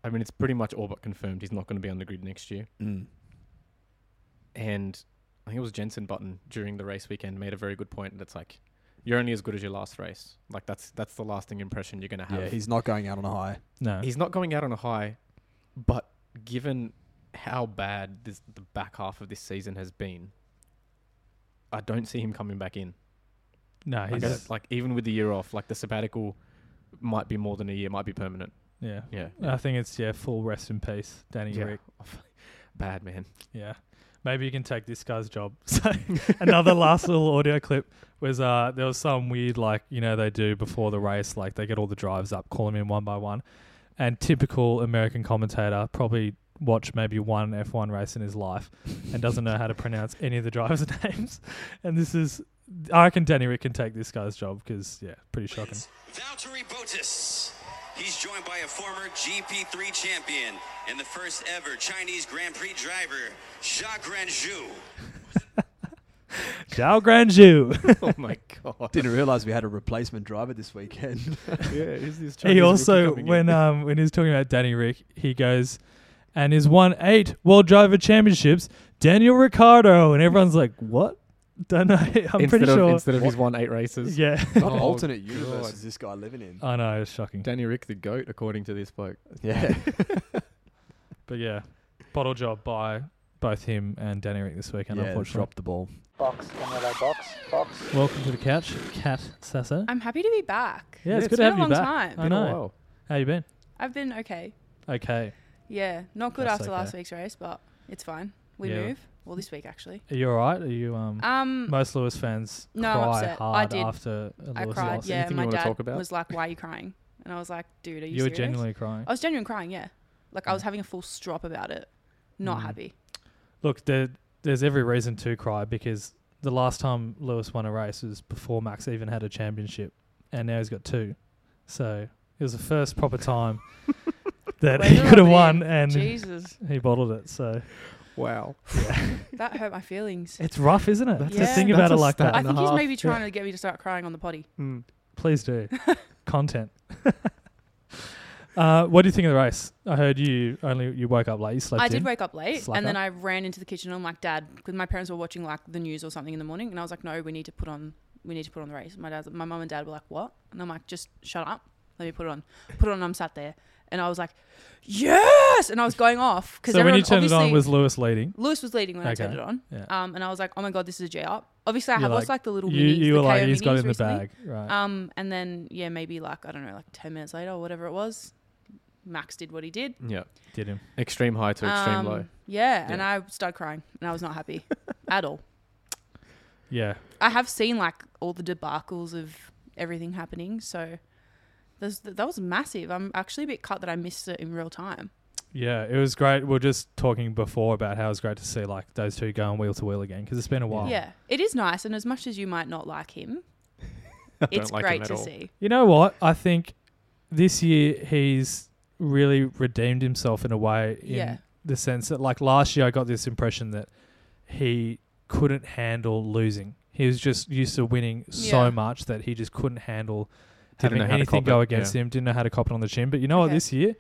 Speaker 3: I mean, it's pretty much all but confirmed he's not going to be on the grid next year.
Speaker 2: Mm.
Speaker 3: And I think it was Jensen Button during the race weekend made a very good point. That's like, you're only as good as your last race. Like that's that's the lasting impression you're going to have.
Speaker 2: Yeah. He's not going out on a high.
Speaker 1: No.
Speaker 3: he's not going out on a high, but given how bad this, the back half of this season has been, I don't see him coming back in.
Speaker 1: no,
Speaker 3: Like,
Speaker 1: he's
Speaker 3: I don't- like even with the year off, like the sabbatical might be more than a year, might be permanent.
Speaker 1: yeah.
Speaker 3: Yeah.
Speaker 1: I think it's yeah, full rest in peace, Danny
Speaker 3: Yeah.
Speaker 1: Rick.
Speaker 3: Bad man.
Speaker 1: Yeah. maybe you can take this guy's job. So another last little audio clip was uh, there was some weird like you know they do before the race like they get all the drives up, call them in one by one, and typical American commentator probably watched maybe one F1 race in his life and doesn't know how to pronounce any of the drivers' names, and this is. I reckon Danny Rick can take this guy's job because yeah, pretty shocking.
Speaker 6: Valtteri Bottas. He's joined by a former GP3 champion and the first ever Chinese Grand Prix driver, Jacques Grandjeou.
Speaker 1: Zhao Grandjeou.
Speaker 3: oh my god!
Speaker 2: Didn't realize we had a replacement driver this weekend.
Speaker 3: yeah, is this Chinese
Speaker 1: he
Speaker 3: rookie
Speaker 1: also
Speaker 3: coming in?
Speaker 1: when um when he's talking about Danny Rick, he goes and he's won eight World Driver Championships, Daniel Ricciardo, and everyone's like, What? Don't know. I'm
Speaker 3: instead
Speaker 1: pretty
Speaker 3: of,
Speaker 1: sure
Speaker 3: instead of his won eight races,
Speaker 1: Yeah.
Speaker 2: what
Speaker 3: Oh,
Speaker 2: alternate universe
Speaker 3: God. Oh.
Speaker 2: is this guy living in?
Speaker 1: I know, it's shocking.
Speaker 3: Danny Rick the goat, according to this bloke.
Speaker 2: Yeah.
Speaker 1: But yeah. Bottle job by both him and Danny Rick this weekend, unfortunately.
Speaker 2: dropped the ball.
Speaker 7: Box, Canelo, box, box.
Speaker 1: Welcome to the couch, Kat Sasso.
Speaker 8: I'm happy to be back.
Speaker 1: Yeah, it's
Speaker 3: it's
Speaker 1: good to
Speaker 8: been
Speaker 1: have
Speaker 8: a
Speaker 1: you
Speaker 8: long
Speaker 1: back.
Speaker 8: time.
Speaker 1: I
Speaker 3: Been a
Speaker 1: know.
Speaker 3: while.
Speaker 1: How you been?
Speaker 8: I've been okay.
Speaker 1: Okay.
Speaker 8: Yeah, not good
Speaker 1: That's
Speaker 8: after last
Speaker 1: okay.
Speaker 8: week's race, but it's fine. We
Speaker 1: Yeah.
Speaker 8: move. Well, this week actually.
Speaker 1: Are you alright? Are you um
Speaker 8: Um,
Speaker 1: most Lewis fans
Speaker 8: No, I'm
Speaker 1: cry
Speaker 8: upset. I
Speaker 1: hard
Speaker 8: did.
Speaker 1: after a
Speaker 8: I
Speaker 1: Lewis
Speaker 8: cried.
Speaker 1: loss.
Speaker 8: Yeah,
Speaker 3: Anything
Speaker 8: my
Speaker 3: you wanna
Speaker 8: dad
Speaker 3: talk about?
Speaker 8: was like, "Why are you crying?" And I was like, "Dude, are you,
Speaker 1: You were
Speaker 8: serious?"
Speaker 1: genuinely Mm. crying.
Speaker 8: I was genuinely crying. Yeah, like I was having a full strop about it. Not
Speaker 1: Mm.
Speaker 8: happy.
Speaker 1: Look, there, there's every reason to cry because the last time Lewis won a race was before Max even had a championship, and now he's got two. So it was the first proper time that
Speaker 8: Way
Speaker 1: he
Speaker 8: to
Speaker 1: could
Speaker 8: rub
Speaker 1: have
Speaker 8: it
Speaker 1: won,
Speaker 8: in.
Speaker 1: and
Speaker 8: Jesus,
Speaker 1: he bottled it. So
Speaker 3: Wow.
Speaker 8: that hurt my feelings.
Speaker 1: it's rough, isn't it?
Speaker 8: That's
Speaker 1: to
Speaker 8: a-
Speaker 1: think
Speaker 3: that's
Speaker 1: about
Speaker 3: a
Speaker 1: it like
Speaker 3: stat.
Speaker 1: that.
Speaker 8: I
Speaker 3: and a
Speaker 8: think he's
Speaker 3: half.
Speaker 8: maybe trying to get me to start crying on the potty.
Speaker 3: Hmm.
Speaker 1: Please do content. uh, what do you think of the race? I heard you only you woke up late. You slept
Speaker 8: I did
Speaker 1: in.
Speaker 8: wake up late,
Speaker 1: Slacker.
Speaker 8: and then I ran into the kitchen. and I'm like, Dad, because my parents were watching like the news or something in the morning, and I was like, No, we need to put on, we need to put on the race. My dad, my mum and dad were like, What? And I'm like, Just shut up. Let me put it on. Put it on. I'm sat there, and I was like, Yes! And I was going off because
Speaker 1: So when you turned it on,
Speaker 8: obviously-
Speaker 1: was Lewis leading?
Speaker 8: Lewis was leading when I turned
Speaker 1: Okay.
Speaker 8: it on,
Speaker 1: Yeah.
Speaker 8: um, and I was like, Oh my god, this is a J up. Obviously, I
Speaker 1: You're
Speaker 8: have watched
Speaker 1: like-
Speaker 8: like the little
Speaker 1: You,
Speaker 8: minis,
Speaker 1: you
Speaker 8: the
Speaker 1: were like,
Speaker 8: KO
Speaker 1: he's got
Speaker 8: minis
Speaker 1: it in the
Speaker 8: recently.
Speaker 1: bag, right?
Speaker 8: Um, and then yeah, maybe like I don't know, like ten minutes later or whatever it was, Max did what he did.
Speaker 3: Yeah.
Speaker 1: did him.
Speaker 3: Extreme high to extreme
Speaker 8: Um,
Speaker 3: low.
Speaker 8: Yeah, and I started crying, and I was not happy at all.
Speaker 1: Yeah.
Speaker 8: I have seen like all the debacles of everything happening, so there's, that was massive. I'm actually a bit cut that I missed it in real time.
Speaker 1: Yeah, it was great. We were just talking before about how it was great to see like those two going wheel to wheel again because it's been a
Speaker 3: Oh.
Speaker 1: while.
Speaker 8: Yeah, it is nice, and as much as you might not like him, it's
Speaker 3: like him
Speaker 8: great
Speaker 3: at
Speaker 8: to
Speaker 3: all.
Speaker 8: see.
Speaker 1: You know what? I think this year he's really redeemed himself in a way in
Speaker 8: Yeah.
Speaker 1: the sense that like last year I got this impression that he couldn't handle losing. He was just used to winning so
Speaker 8: Yeah.
Speaker 1: much that he just couldn't handle
Speaker 3: Didn't know
Speaker 1: having
Speaker 3: how to
Speaker 1: anything
Speaker 3: cop it,
Speaker 1: go against
Speaker 3: yeah.
Speaker 1: him. Didn't know how to cop it on the chin. But you know what?
Speaker 8: Okay.
Speaker 1: This year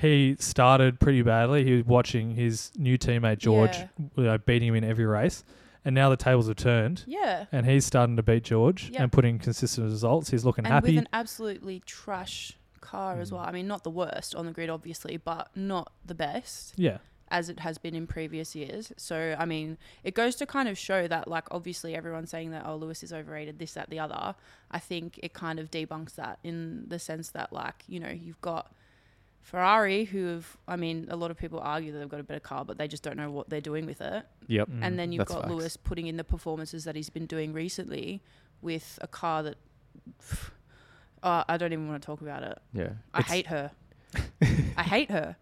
Speaker 1: he started pretty badly. He was watching his new teammate George
Speaker 8: Yeah.
Speaker 1: you know, beating him in every race, and now the tables have turned.
Speaker 8: Yeah,
Speaker 1: And he's starting to beat George
Speaker 8: Yep.
Speaker 1: and putting consistent results. He's looking
Speaker 8: and
Speaker 1: happy.
Speaker 8: with an absolutely trash car
Speaker 3: Mm.
Speaker 8: as well. I mean, not the worst on the grid, obviously, but not the best.
Speaker 1: yeah.
Speaker 8: as it has been in previous years. So, I mean, it goes to kind of show that, like, obviously everyone's saying that, oh, Lewis is overrated, this, that, the other. I think it kind of debunks that in the sense that, like, you know, you've got Ferrari, who have, I mean, a lot of people argue that they've got a better car, but they just don't know what they're doing with it.
Speaker 3: Yep.
Speaker 8: and then you've
Speaker 3: Mm, that's
Speaker 8: got
Speaker 3: facts.
Speaker 8: Lewis putting in the performances that he's been doing recently with a car that. Uh, I don't even want to talk about it.
Speaker 3: Yeah.
Speaker 8: I
Speaker 3: It's-
Speaker 8: hate her. I hate her.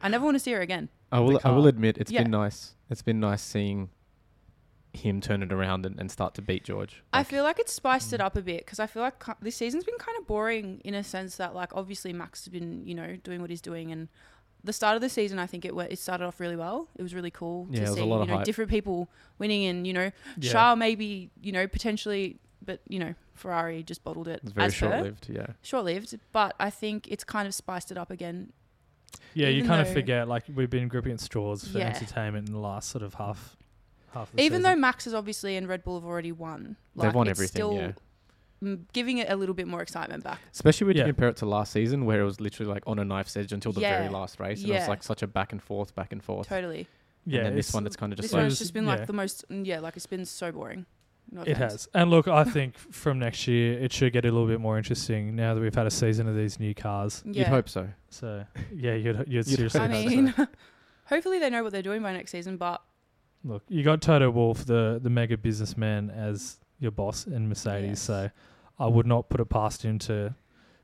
Speaker 8: I never want to see her again.
Speaker 3: I will. I will
Speaker 1: car.
Speaker 3: admit it's
Speaker 8: Yeah.
Speaker 3: been nice. It's been nice seeing him turn it around and, and start to beat George.
Speaker 8: I
Speaker 3: Like,
Speaker 8: feel like it's spiced it up a bit because I feel like ki- this season's been kind of boring in a sense that like obviously Max has been you know doing what he's doing and the start of the season I think it went, it started off really well. It was really cool
Speaker 3: Yeah,
Speaker 8: to
Speaker 3: it was
Speaker 8: see
Speaker 3: a lot
Speaker 8: you
Speaker 3: of
Speaker 8: know
Speaker 3: hype.
Speaker 8: different people winning and you know
Speaker 1: Yeah.
Speaker 8: Charles maybe you know potentially but you know Ferrari just bottled it
Speaker 3: it's very
Speaker 8: as per.
Speaker 3: short-lived. Yeah.
Speaker 8: Short-lived, but I think it's kind of spiced it up again.
Speaker 1: Yeah, you
Speaker 8: even
Speaker 1: kind of
Speaker 8: though-
Speaker 1: forget like we've been gripping at straws for
Speaker 8: Yeah.
Speaker 1: entertainment in the last sort of half half the
Speaker 8: Even
Speaker 1: season.
Speaker 8: though Max is obviously and Red Bull have already won,
Speaker 3: They've won
Speaker 8: it's
Speaker 3: everything.
Speaker 8: Still
Speaker 3: yeah.
Speaker 8: mm, giving it a little bit more excitement back.
Speaker 3: Especially when
Speaker 1: Yeah.
Speaker 3: you compare it to last season, where it was literally like on a knife's edge until the very
Speaker 8: Yeah.
Speaker 3: last race, and it was
Speaker 8: Yeah.
Speaker 3: like such a back and forth, back and forth.
Speaker 8: Totally.
Speaker 1: yeah,
Speaker 3: and then this
Speaker 1: it's-
Speaker 3: one, it's kind of just
Speaker 8: this
Speaker 1: one
Speaker 3: like
Speaker 1: is
Speaker 8: one's just been
Speaker 1: yeah.
Speaker 8: like the most mm, yeah like it's been so boring No
Speaker 1: it
Speaker 8: offense.
Speaker 1: has. And look, I think from next year it should get a little bit more interesting now that we've had a season of these new cars.
Speaker 8: yeah
Speaker 3: you'd hope so.
Speaker 1: So yeah, you'd you'd,
Speaker 3: You'd
Speaker 1: seriously.
Speaker 8: i
Speaker 1: hope so.
Speaker 8: mean hopefully they know what they're doing by next season but
Speaker 1: look, you got Toto Wolf, the the mega businessman, as your boss in Mercedes.
Speaker 8: Yes.
Speaker 1: So I would not put it past him to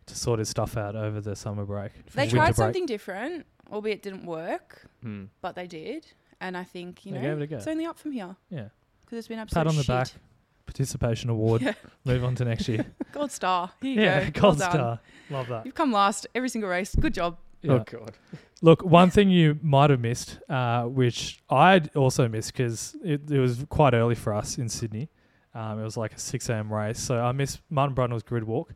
Speaker 1: to sort his stuff out over the summer break.
Speaker 8: They
Speaker 1: winter
Speaker 8: tried
Speaker 1: break.
Speaker 8: something different, albeit didn't work,
Speaker 3: Hmm.
Speaker 8: but they did. And I think, you
Speaker 1: They
Speaker 8: know,
Speaker 1: gave it a go.
Speaker 8: it's only up from here
Speaker 1: Yeah,
Speaker 8: because it's been absolute
Speaker 1: pat on the
Speaker 8: shit.
Speaker 1: back, participation award.
Speaker 8: Yeah.
Speaker 1: Move on to next year.
Speaker 8: Gold star. Here you
Speaker 1: yeah,
Speaker 8: go.
Speaker 1: gold
Speaker 8: Well done.
Speaker 1: star. Love that.
Speaker 8: You've come last every single race. Good job.
Speaker 1: Yeah.
Speaker 3: Oh god.
Speaker 1: Look, one thing you might have missed, uh, which I'd also missed because it, it was quite early for us in Sydney. Um, it was like a 6 a.m. race. So I missed Martin Brundle's grid walk.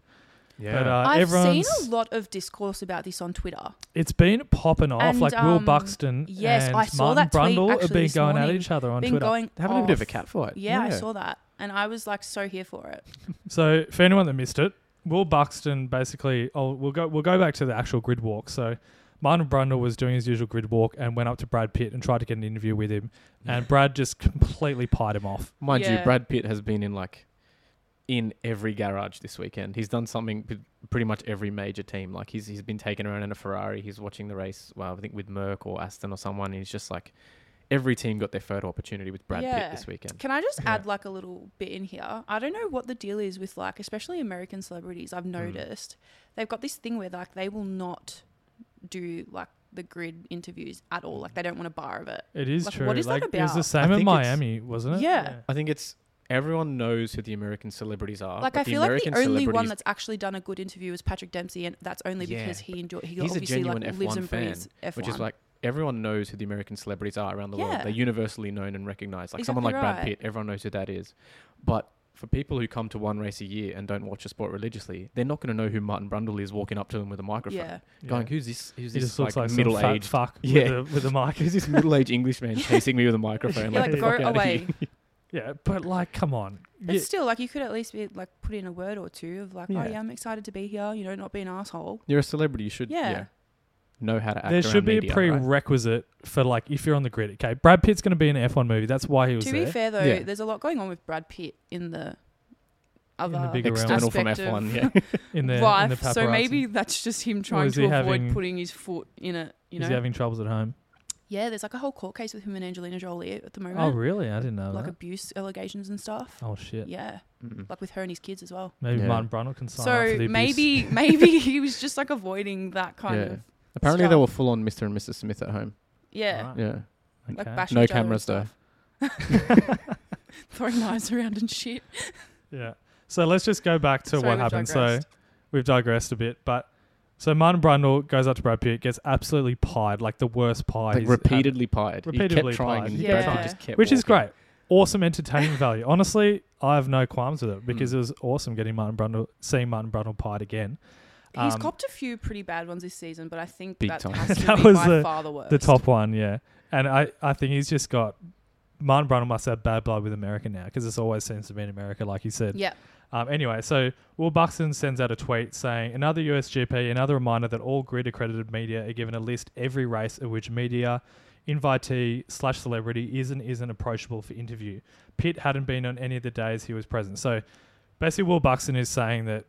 Speaker 3: Yeah.
Speaker 1: But, uh,
Speaker 8: I've seen
Speaker 1: everyone's,
Speaker 8: a lot of discourse about this on Twitter.
Speaker 1: It's been popping off.
Speaker 8: And,
Speaker 1: like Will
Speaker 8: um,
Speaker 1: Buxton
Speaker 8: yes,
Speaker 1: and
Speaker 8: I saw
Speaker 1: Martin
Speaker 8: that tweet
Speaker 1: Brundle have
Speaker 8: actually
Speaker 1: been
Speaker 8: this
Speaker 1: going at
Speaker 8: morning.
Speaker 1: each other on
Speaker 8: Been
Speaker 1: Twitter.
Speaker 8: going
Speaker 3: They're having a bit of a
Speaker 8: off.
Speaker 3: cat fight.
Speaker 8: Yeah, I saw that, and I was like so here for it.
Speaker 1: So for anyone that missed it, Will Buxton basically. Oh, we'll go. We'll go back to the actual grid walk. So Martin Brundle was doing his usual grid walk and went up to Brad Pitt and tried to get an interview with him, and Brad just completely pied him off.
Speaker 3: Mind you,
Speaker 8: Yeah.
Speaker 3: Brad Pitt has been in like in every garage this weekend. He's done something with pretty much every major team. Like he's he's been taken around in a Ferrari. He's watching the race. Well, I think with Merck or Aston or someone. And he's just like every team got their photo opportunity with Brad
Speaker 8: Yeah.
Speaker 3: Pitt this weekend.
Speaker 8: Can I just add like a little bit in here? I don't know what the deal is with like, especially American celebrities.
Speaker 3: Hmm.
Speaker 8: I've noticed they've got this thing where like they will not do like the grid interviews at all. Like they don't want a bar of it.
Speaker 1: It is
Speaker 8: Like,
Speaker 1: true.
Speaker 8: what is that
Speaker 1: like, It was the
Speaker 8: about?
Speaker 1: same in
Speaker 3: think it's-
Speaker 1: Miami, wasn't it?
Speaker 8: Yeah.
Speaker 3: I think it's everyone knows who the American celebrities are. Oh,
Speaker 8: Like
Speaker 3: but
Speaker 8: I feel like the
Speaker 3: American
Speaker 8: only one
Speaker 3: celebrities-
Speaker 8: that's actually done a good interview is Patrick Dempsey, and that's only
Speaker 3: Yeah.
Speaker 8: because he enjoy he
Speaker 3: he's a
Speaker 8: obviously
Speaker 3: genuine
Speaker 8: like lives
Speaker 3: F1
Speaker 8: and
Speaker 3: fan,
Speaker 8: breathes F1,
Speaker 3: which is like everyone knows who the American celebrities are around the world.
Speaker 8: Yeah.
Speaker 3: They're universally known and recognized. Like someone like
Speaker 8: Exactly
Speaker 3: Brad
Speaker 8: right.
Speaker 3: Pitt, everyone knows who that is. But for people who come to one race a year and don't watch a sport religiously, they're not going to know who Martin Brundle is walking up to them with a microphone,
Speaker 8: yeah,
Speaker 3: going, "Who's this? Who's
Speaker 1: He
Speaker 3: this
Speaker 1: just
Speaker 3: like,
Speaker 1: looks like, some
Speaker 3: middle
Speaker 1: fat
Speaker 3: aged?
Speaker 1: fuck
Speaker 3: Yeah.
Speaker 1: with, a, with a mic.
Speaker 3: Who's this middle aged Englishman chasing me with a microphone?
Speaker 8: You're
Speaker 3: Like,
Speaker 8: like
Speaker 3: "Fuck
Speaker 8: go
Speaker 3: outta here."
Speaker 8: away.
Speaker 1: yeah, but like, come on.
Speaker 8: But
Speaker 1: Yeah.
Speaker 8: still, like you could at least be like put in a word or two of like,
Speaker 3: Yeah.
Speaker 8: oh yeah, I'm excited to be here. You know, not be an asshole.
Speaker 3: You're a celebrity. You should yeah.
Speaker 8: Yeah.
Speaker 3: know how to act.
Speaker 1: There should
Speaker 3: around
Speaker 1: be
Speaker 3: media,
Speaker 1: a
Speaker 3: right?
Speaker 1: prerequisite for like if you're on the grid. Okay, Brad Pitt's going to be in an F1 movie. That's why he was
Speaker 8: To
Speaker 1: there.
Speaker 8: be fair though,
Speaker 3: Yeah.
Speaker 8: there's a lot going on with Brad Pitt in the other
Speaker 1: bigger realm.
Speaker 3: External from
Speaker 8: aspect of
Speaker 3: F1. Yeah,
Speaker 1: in the in the
Speaker 8: life.
Speaker 1: paparazzi.
Speaker 8: so maybe that's just him trying
Speaker 1: is
Speaker 8: to
Speaker 1: he
Speaker 8: avoid
Speaker 1: having-
Speaker 8: putting his foot in it. You know,
Speaker 1: he's having troubles at home.
Speaker 8: yeah. There's like a whole court case with him and Angelina Jolie at the moment,
Speaker 1: Oh, really? I didn't know
Speaker 8: like
Speaker 1: that.
Speaker 8: abuse allegations and stuff.
Speaker 1: oh shit.
Speaker 8: Yeah,
Speaker 3: Mm.
Speaker 8: like with her and his kids as well.
Speaker 1: Maybe
Speaker 3: Yeah.
Speaker 1: Martin Brundle can sign up for
Speaker 8: so
Speaker 1: the abuse.
Speaker 8: maybe maybe he was just like avoiding that kind
Speaker 3: Yeah.
Speaker 8: of
Speaker 3: apparently they
Speaker 8: Stuff.
Speaker 3: were full on Mr. and Mrs. Smith at home.
Speaker 8: yeah.
Speaker 1: Right.
Speaker 3: Yeah,
Speaker 1: Okay.
Speaker 8: Like bashing
Speaker 3: no
Speaker 8: each other and
Speaker 3: cameras though.
Speaker 8: throwing knives around and shit.
Speaker 1: yeah. So let's just go back to
Speaker 8: Sorry,
Speaker 1: what
Speaker 8: we've
Speaker 1: happened.
Speaker 8: digressed.
Speaker 1: So we've digressed a bit, but so Martin Brundle goes up to Brad Pitt, gets absolutely pied, like the worst pie.
Speaker 3: like
Speaker 1: he's
Speaker 3: repeatedly pied. he
Speaker 1: repeatedly
Speaker 3: kept trying
Speaker 1: pied.
Speaker 3: and
Speaker 8: He
Speaker 3: Brad Pitt
Speaker 8: kept
Speaker 3: just
Speaker 1: had,
Speaker 3: kept
Speaker 1: which is
Speaker 3: walking.
Speaker 1: great. Awesome entertainment value. Honestly, I have no qualms with it because
Speaker 3: Hmm.
Speaker 1: it was awesome getting Martin Brundle, seeing Martin Brundle pied again.
Speaker 8: He's
Speaker 1: Um,
Speaker 8: copped a few pretty bad ones this season, but I think
Speaker 3: Big
Speaker 8: that
Speaker 3: time.
Speaker 8: has to
Speaker 1: That
Speaker 8: be
Speaker 1: was
Speaker 8: by
Speaker 1: the-
Speaker 8: far the worst.
Speaker 1: The top one, yeah. And I, I think he's just got Martin Brundle must have bad blood with America now because this always seems to be in America, like you said.
Speaker 8: Yeah.
Speaker 1: Um, anyway, so Will Buxton sends out a tweet saying, another USGP, another reminder that all grid accredited media are given a list every race at which media invitee slash celebrity is and isn't approachable for interview. Pitt hadn't been on any of the days he was present. So basically, Will Buxton is saying that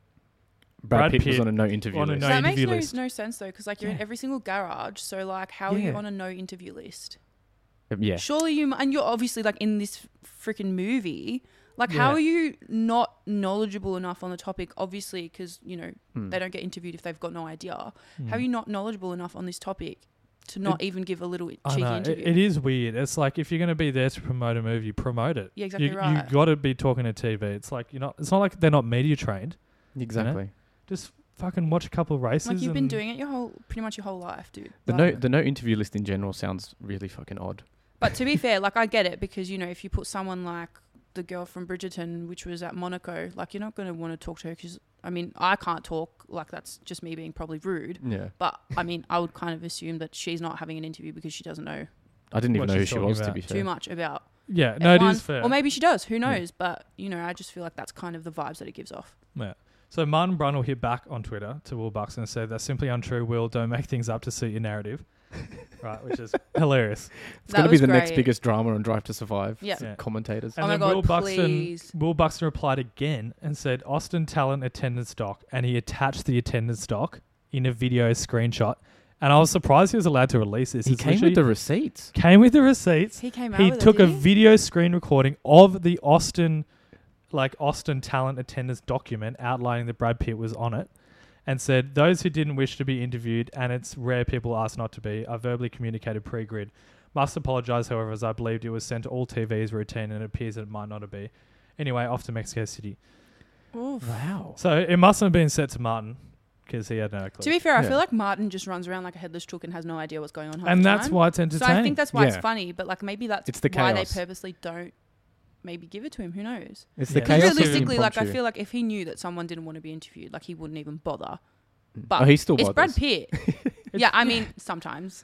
Speaker 1: Brad
Speaker 3: Brad, Pitt, was
Speaker 1: Pitt
Speaker 3: on a no interview
Speaker 1: on a
Speaker 3: list.
Speaker 1: no-
Speaker 8: that makes
Speaker 1: interview
Speaker 8: no,
Speaker 1: list.
Speaker 8: no sense though, because like you're in
Speaker 1: Yeah.
Speaker 8: every single garage. So like, how are
Speaker 1: Yeah.
Speaker 8: you on a no interview list?
Speaker 3: Yeah,
Speaker 8: Surely you, m- and you're obviously like in this freaking movie. Like, how
Speaker 1: Yeah.
Speaker 8: are you not knowledgeable enough on the topic? Obviously, because you know they don't get interviewed if they've got no idea.
Speaker 1: hmm.
Speaker 8: How
Speaker 1: Mm.
Speaker 8: are you not knowledgeable enough on this topic to not even give a little cheeky
Speaker 1: I know, it-
Speaker 8: interview?
Speaker 1: it is weird. It's like if you're going to be there to promote a movie, promote it.
Speaker 8: Yeah, exactly
Speaker 1: you,
Speaker 8: right.
Speaker 1: You got to be talking to TV. It's like you're not. It's not like they're not media trained.
Speaker 3: exactly.
Speaker 1: Just fucking watch a couple of races.
Speaker 8: like you've been
Speaker 1: and-
Speaker 8: doing it your whole, pretty much your whole life, dude.
Speaker 3: The
Speaker 8: Like-
Speaker 3: no the no interview list in general sounds really fucking odd.
Speaker 8: But to be fair, like I get it because you know if you put someone like the girl from Bridgerton, which was at Monaco, like you're not going to want to talk to her because I mean I can't talk. Like that's just me being probably rude.
Speaker 3: Yeah,
Speaker 8: But I mean I would kind of assume that she's not having an interview because she doesn't know
Speaker 3: I didn't even
Speaker 1: What
Speaker 3: know who
Speaker 1: she's
Speaker 3: she
Speaker 1: talking
Speaker 3: was to
Speaker 1: about.
Speaker 3: be
Speaker 8: too
Speaker 3: fair.
Speaker 8: much about.
Speaker 1: Yeah, no, it
Speaker 8: F1.
Speaker 1: is fair.
Speaker 8: Or maybe she does. Who knows? But you know I just feel like that's kind of the vibes that it gives off.
Speaker 1: Yeah. So Martin Brundle hit back on Twitter to Will Buxton and said, "That's simply untrue. Will, don't make things up to suit your narrative." right, which is hilarious.
Speaker 3: It's going to be
Speaker 8: was
Speaker 3: the next
Speaker 8: great.
Speaker 3: biggest drama on Drive to Survive.
Speaker 8: Yeah.
Speaker 3: It's
Speaker 1: Yeah.
Speaker 3: commentators.
Speaker 8: Oh my
Speaker 1: then
Speaker 8: God,
Speaker 1: Will Buxton,
Speaker 8: please.
Speaker 1: Will Buxton replied again and said, "Austin talent attendance doc," and he attached the attendance doc in a video screenshot And I was surprised he was allowed to release this.
Speaker 3: He
Speaker 1: It's
Speaker 3: came with
Speaker 1: literally-
Speaker 3: the receipts.
Speaker 1: came with the receipts.
Speaker 8: He came out
Speaker 1: He
Speaker 8: with it,
Speaker 1: took a
Speaker 8: did he?
Speaker 1: video screen recording of the Austin, like Austin talent attendance document outlining that Brad Pitt was on it, and said those who didn't wish to be interviewed and it's rare people ask not to be are verbally communicated pre-grid. Must apologize, however, as I believed it was sent to all TVs routine and it appears that it might not be. Anyway, off to Mexico City.
Speaker 8: Oof.
Speaker 3: Wow.
Speaker 1: So it mustn't have been set to Martin because he had no clue.
Speaker 8: To be fair, I
Speaker 3: Yeah.
Speaker 8: feel like Martin just runs around like a headless chook and has no idea what's going on. half
Speaker 1: and
Speaker 8: the
Speaker 1: that's
Speaker 8: time.
Speaker 1: why it's
Speaker 8: So
Speaker 1: entertaining.
Speaker 8: I think that's why it's
Speaker 3: Yeah.
Speaker 8: funny, but like maybe that's
Speaker 3: It's the
Speaker 8: why they
Speaker 3: chaos.
Speaker 8: purposely don't maybe give it to him. Who knows?
Speaker 3: It's
Speaker 1: Yeah.
Speaker 3: the
Speaker 8: Because
Speaker 3: chaos. of
Speaker 8: realistically, like I
Speaker 3: impromptu.
Speaker 8: feel like if he knew that someone didn't want to be interviewed, like he wouldn't even bother. But
Speaker 3: Oh, he still
Speaker 8: it's Brad
Speaker 3: bothers.
Speaker 8: Pitt. yeah, I mean sometimes.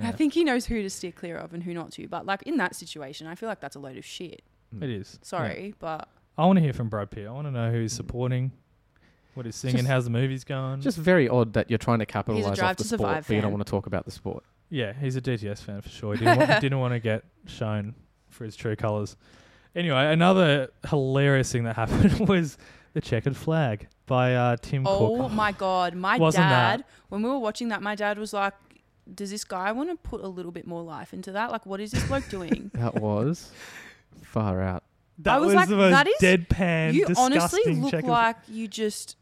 Speaker 8: I think he knows who to steer clear of and who not to. But like in that situation, I feel like that's a load of shit.
Speaker 1: it is.
Speaker 8: Sorry, but
Speaker 1: I want to hear from Brad Pitt. I want to know
Speaker 8: Mm.
Speaker 1: who he's supporting, what he's singing,
Speaker 3: Just-
Speaker 1: how's the movies going.
Speaker 3: just very odd that you're trying to capitalize
Speaker 8: Drive
Speaker 3: off the
Speaker 8: to
Speaker 3: sport,
Speaker 8: Survive
Speaker 3: but you don't
Speaker 8: fan.
Speaker 3: want to talk about the sport.
Speaker 1: yeah, he's a DTS fan for sure. He didn't, want, didn't want to get shown for his true colors. Anyway, another hilarious thing that happened was the checkered flag by uh, Tim
Speaker 8: oh
Speaker 1: Cook.
Speaker 8: my god, my
Speaker 1: Wasn't that-
Speaker 8: dad. When we were watching that, my dad was like, "Does this guy want to put a little bit more life into that? Like, what is this bloke doing?"
Speaker 3: That was far out.
Speaker 1: That
Speaker 8: I was like,
Speaker 1: the most
Speaker 8: that is-
Speaker 1: deadpan,
Speaker 8: you honestly
Speaker 1: disgusting
Speaker 8: look
Speaker 1: checkered
Speaker 8: like you just.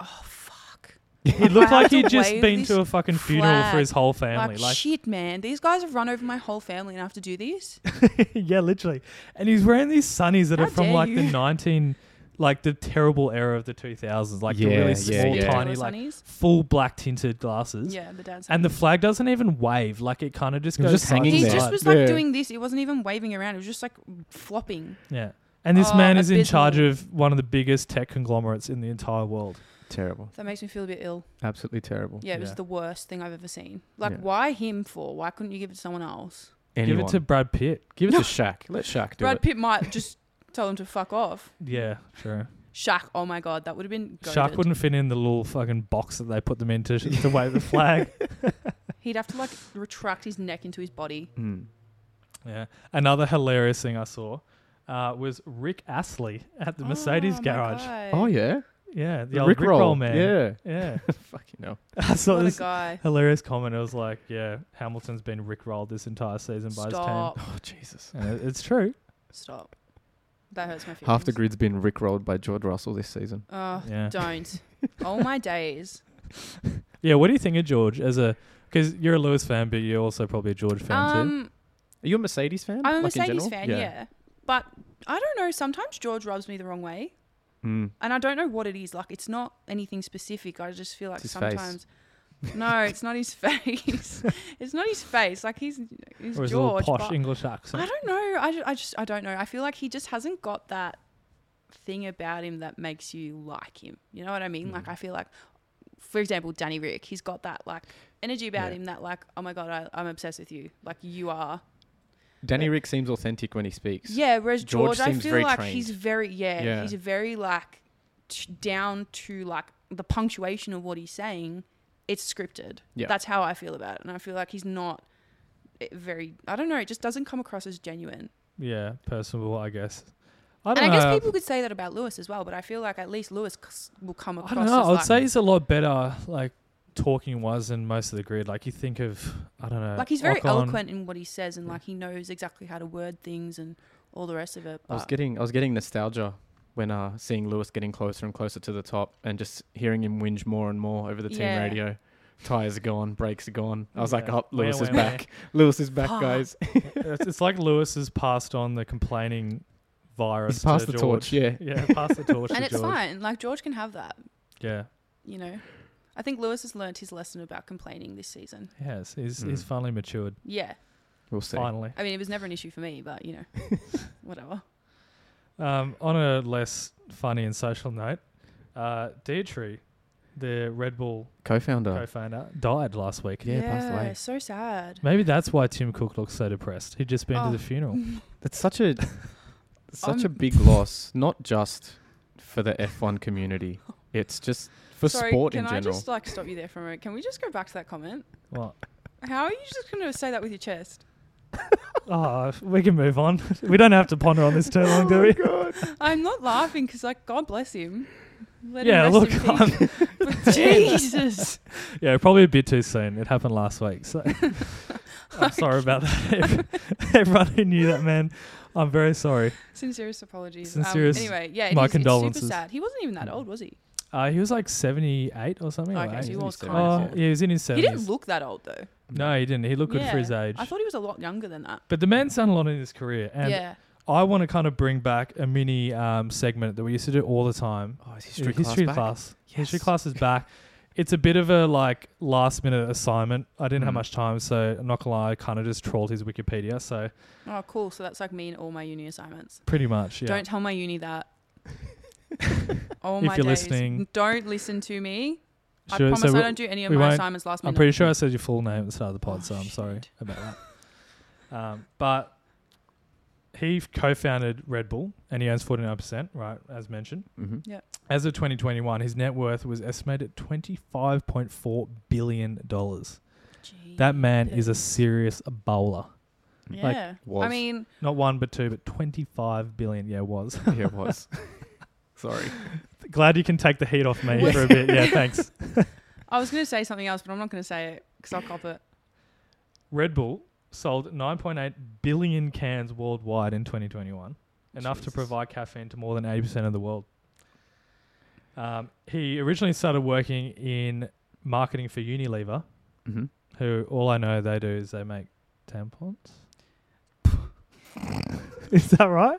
Speaker 8: Oh fuck!
Speaker 1: He looked like
Speaker 8: I had to
Speaker 1: he'd just
Speaker 8: wave
Speaker 1: been
Speaker 8: this
Speaker 1: to a fucking funeral for
Speaker 8: flag.
Speaker 1: his whole family.
Speaker 8: like,
Speaker 1: Like,
Speaker 8: shit, man. These guys have run over my whole family and I have to do this.
Speaker 1: yeah, literally. And he's wearing these sunnies that
Speaker 8: How
Speaker 1: are from
Speaker 8: dare
Speaker 1: like the
Speaker 8: you.
Speaker 1: 19, like the terrible era of the 2000s, like the
Speaker 3: Yeah,
Speaker 1: really
Speaker 3: yeah,
Speaker 1: small,
Speaker 3: yeah.
Speaker 1: tiny, like
Speaker 8: Sunnies?
Speaker 1: full black tinted glasses.
Speaker 8: Yeah, the dad's.
Speaker 1: And the flag doesn't even wave. Like it kind of just
Speaker 3: It
Speaker 1: goes
Speaker 3: was just
Speaker 1: side
Speaker 3: hanging
Speaker 1: to
Speaker 8: he
Speaker 3: there.
Speaker 1: side.
Speaker 8: just was like
Speaker 3: Yeah.
Speaker 8: doing this. It wasn't even waving around. It was just like flopping.
Speaker 1: Yeah. And this
Speaker 8: Oh,
Speaker 1: man is in charge
Speaker 8: abysmal.
Speaker 1: of one of the biggest tech conglomerates in the entire world.
Speaker 3: Terrible.
Speaker 8: That makes me feel a bit ill.
Speaker 3: Absolutely terrible.
Speaker 8: Yeah, it was
Speaker 1: Yeah.
Speaker 8: the worst thing I've ever seen. Like,
Speaker 3: Yeah.
Speaker 8: why him for? Why couldn't you give it to someone else?
Speaker 1: Give it to Brad Pitt.
Speaker 3: give it to Shaq. Let Shaq do
Speaker 8: Brad
Speaker 3: it.
Speaker 8: Pitt might just tell him to fuck off.
Speaker 1: Yeah, sure.
Speaker 8: Shaq, oh my god, that would have been. Goated.
Speaker 1: Shark wouldn't fit in the little fucking box that they put them into to, to wave the flag.
Speaker 8: He'd have to like retract his neck into his body.
Speaker 3: Mm.
Speaker 1: Yeah. Another hilarious thing I saw uh, was Rick Astley at the Mercedes
Speaker 8: Oh my
Speaker 1: garage.
Speaker 8: God.
Speaker 3: Oh yeah,
Speaker 1: Yeah, the
Speaker 3: The
Speaker 1: old Rick
Speaker 3: Rickroll,
Speaker 1: Roll man.
Speaker 3: yeah.
Speaker 1: yeah.
Speaker 3: fucking hell.
Speaker 1: I saw
Speaker 8: what a
Speaker 1: this
Speaker 8: guy.
Speaker 1: hilarious comment. It was like, "Yeah, Hamilton's been Rick Rolled this entire season by
Speaker 8: Stop.
Speaker 3: Oh Jesus.
Speaker 1: his team." And it- it's true.
Speaker 8: Stop. That hurts my feelings.
Speaker 3: Half the grid's been rickrolled by George Russell this season.
Speaker 8: Oh,
Speaker 1: Yeah.
Speaker 8: don't. All my days.
Speaker 1: Yeah. What do you think of George as a? Because you're a Lewis fan, but you're also probably a George fan too.
Speaker 8: Um,
Speaker 3: Are you a Mercedes fan?
Speaker 8: I'm a
Speaker 3: like, in
Speaker 8: Mercedes
Speaker 3: general?
Speaker 8: fan, yeah. But I don't know. Sometimes George rubs me the wrong way,
Speaker 3: Mm.
Speaker 8: and I don't know what it is. Like, it's not anything specific. I just feel like
Speaker 3: It's his face.
Speaker 8: sometimes. No, it's not his face. it's not his face. Like he's he's
Speaker 1: Or his little
Speaker 8: George.
Speaker 1: posh
Speaker 8: but
Speaker 1: English
Speaker 8: I
Speaker 1: accent.
Speaker 8: don't know. I just, I just I don't know. I feel like he just hasn't got that thing about him that makes you like him. You know what I mean?
Speaker 3: Mm.
Speaker 8: Like I feel like, for example, Danny Rick. He's got that like energy about
Speaker 3: Yeah.
Speaker 8: him that like, oh my god, I, I'm obsessed with you. Like you are
Speaker 3: Danny Rick seems authentic when he speaks.
Speaker 8: Yeah, whereas George,
Speaker 3: George
Speaker 8: I
Speaker 3: seems
Speaker 8: feel
Speaker 3: very
Speaker 8: like he's
Speaker 3: trained.
Speaker 8: very yeah,
Speaker 3: Yeah.
Speaker 8: he's very like t- down to like the punctuation of what he's saying. It's scripted.
Speaker 3: Yeah.
Speaker 8: that's how I feel about it, and I feel like he's not eh, very. I don't know. It just doesn't come across as genuine.
Speaker 1: Yeah, personable, I guess. I don't
Speaker 8: And I
Speaker 1: know.
Speaker 8: guess people could say that about Lewis as well, but I feel like at least Lewis c- will come across.
Speaker 1: I don't know.
Speaker 8: As
Speaker 1: I would
Speaker 8: like,
Speaker 1: say he's a lot better, like talking wise, than most of the grid. Like you think of, I don't know,
Speaker 8: like he's very
Speaker 1: uh, Ocon.
Speaker 8: eloquent in what he says, and like he knows exactly how to word things and all the rest of it.
Speaker 3: I was
Speaker 8: but-
Speaker 3: getting I was getting nostalgia when uh seeing Lewis getting closer and closer to the top and just hearing him whinge more and more over the team
Speaker 8: Yeah.
Speaker 3: radio. Tires are gone, brakes are gone. I was like,
Speaker 1: Yeah.
Speaker 3: oh,
Speaker 1: Wah,
Speaker 3: Lewis is
Speaker 1: wah, wah.
Speaker 3: back. Lewis is back, guys.
Speaker 1: it's, it's like Lewis has passed on the complaining virus.
Speaker 3: He's passed
Speaker 1: to
Speaker 3: the
Speaker 1: George.
Speaker 3: torch, yeah.
Speaker 1: yeah, passed the torch.
Speaker 8: and
Speaker 1: to
Speaker 8: it's
Speaker 1: George.
Speaker 8: fine. Like George can have that.
Speaker 1: Yeah,
Speaker 8: You know, I think Lewis has learned his lesson about complaining this season.
Speaker 1: he has. He's he's finally matured.
Speaker 8: Yeah.
Speaker 3: We'll see.
Speaker 1: Finally.
Speaker 8: I mean, it was never an issue for me, but you know, whatever.
Speaker 1: Um, on a less funny and social note, uh, Dietrich, the Red Bull
Speaker 3: Co-founder.
Speaker 1: co-founder, died last week.
Speaker 3: Oh. Yeah, passed away.
Speaker 8: so sad.
Speaker 1: Maybe that's why Tim Cook looks so depressed. He'd just been
Speaker 8: Oh.
Speaker 1: to the funeral.
Speaker 3: That's such a such a
Speaker 8: Um,
Speaker 3: big loss, not just for the F1 community. It's just for
Speaker 8: Sorry,
Speaker 3: sport
Speaker 8: can
Speaker 3: in
Speaker 8: I
Speaker 3: general.
Speaker 8: just like stop you there for a moment? Can we just go back to that comment?
Speaker 1: Well,
Speaker 8: How are you just going to say that with your chest?
Speaker 1: oh, we can move on. we don't have to ponder on this too long, do we?
Speaker 8: I'm not laughing because, like, God bless him. Let
Speaker 1: Yeah,
Speaker 8: him
Speaker 1: look, um,
Speaker 8: rest in peace. Jesus.
Speaker 1: Yeah, probably a bit too soon. It happened last week, so I'm sorry about that. Everyone who knew that man, I'm very sorry.
Speaker 8: Sincerest apologies.
Speaker 1: Sincerest-
Speaker 8: um, anyway, yeah, it
Speaker 1: my
Speaker 8: is- It's
Speaker 1: condolences.
Speaker 8: super sad. He wasn't even that old, was he?
Speaker 1: Uh, he was like 78 or something.
Speaker 8: Okay,
Speaker 1: or
Speaker 8: so he
Speaker 1: 80.
Speaker 8: was
Speaker 1: Oh,
Speaker 8: kind of.
Speaker 1: yeah, he was in his 70s.
Speaker 8: He didn't look that old though.
Speaker 1: no, he didn't. He looked good for his
Speaker 8: Yeah.
Speaker 1: age.
Speaker 8: I thought he was a lot younger than that.
Speaker 1: but the man done a lot in his career, and
Speaker 8: yeah.
Speaker 1: I want to kind of bring back a mini um, segment that we used to do all the time.
Speaker 3: Oh, is
Speaker 1: Yeah, history class. History class is back. It's a bit of a like last minute assignment. I didn't have
Speaker 3: Mm.
Speaker 1: much time, so I'm not gonna lie. I kind of just trawled his Wikipedia. So
Speaker 8: Oh, cool. So that's like me and all my uni assignments.
Speaker 1: pretty much, yeah.
Speaker 8: Don't tell my uni that. oh
Speaker 1: If
Speaker 8: my
Speaker 1: you're
Speaker 8: days.
Speaker 1: listening-
Speaker 8: don't listen to me. I
Speaker 1: Sure,
Speaker 8: promise
Speaker 1: so
Speaker 8: I
Speaker 1: we-
Speaker 8: don't do any of
Speaker 1: we
Speaker 8: my
Speaker 1: won't-
Speaker 8: assignments last minute.
Speaker 1: I'm pretty sure I said your full name at the start of the pod,
Speaker 8: Oh,
Speaker 1: so I'm sorry
Speaker 8: shit.
Speaker 1: about that. Um, but he co-founded Red Bull, and he owns 49%, right, as mentioned.
Speaker 3: Mm-hmm.
Speaker 1: As of 2021, his net worth was estimated at 25.4 billion dollars. That man is a serious bowler.
Speaker 8: yeah.
Speaker 1: like,
Speaker 3: Was.
Speaker 8: I mean,
Speaker 1: Not one, but two, but 25 billion. Yeah, was.
Speaker 3: Yeah, it was. Sorry.
Speaker 1: Glad you can take the heat off me
Speaker 8: We-
Speaker 1: for a bit. Yeah, thanks.
Speaker 8: I was gonna say something else, but I'm not gonna say it because I'll cop it.
Speaker 1: Red Bull sold 9.8 billion cans worldwide in 2021, enough to
Speaker 3: Jesus.
Speaker 1: provide caffeine to more than 80% of the world. Um, he originally started working in marketing for Unilever,
Speaker 3: Mm-hmm.
Speaker 1: who all I know they do is they make tampons. is that right?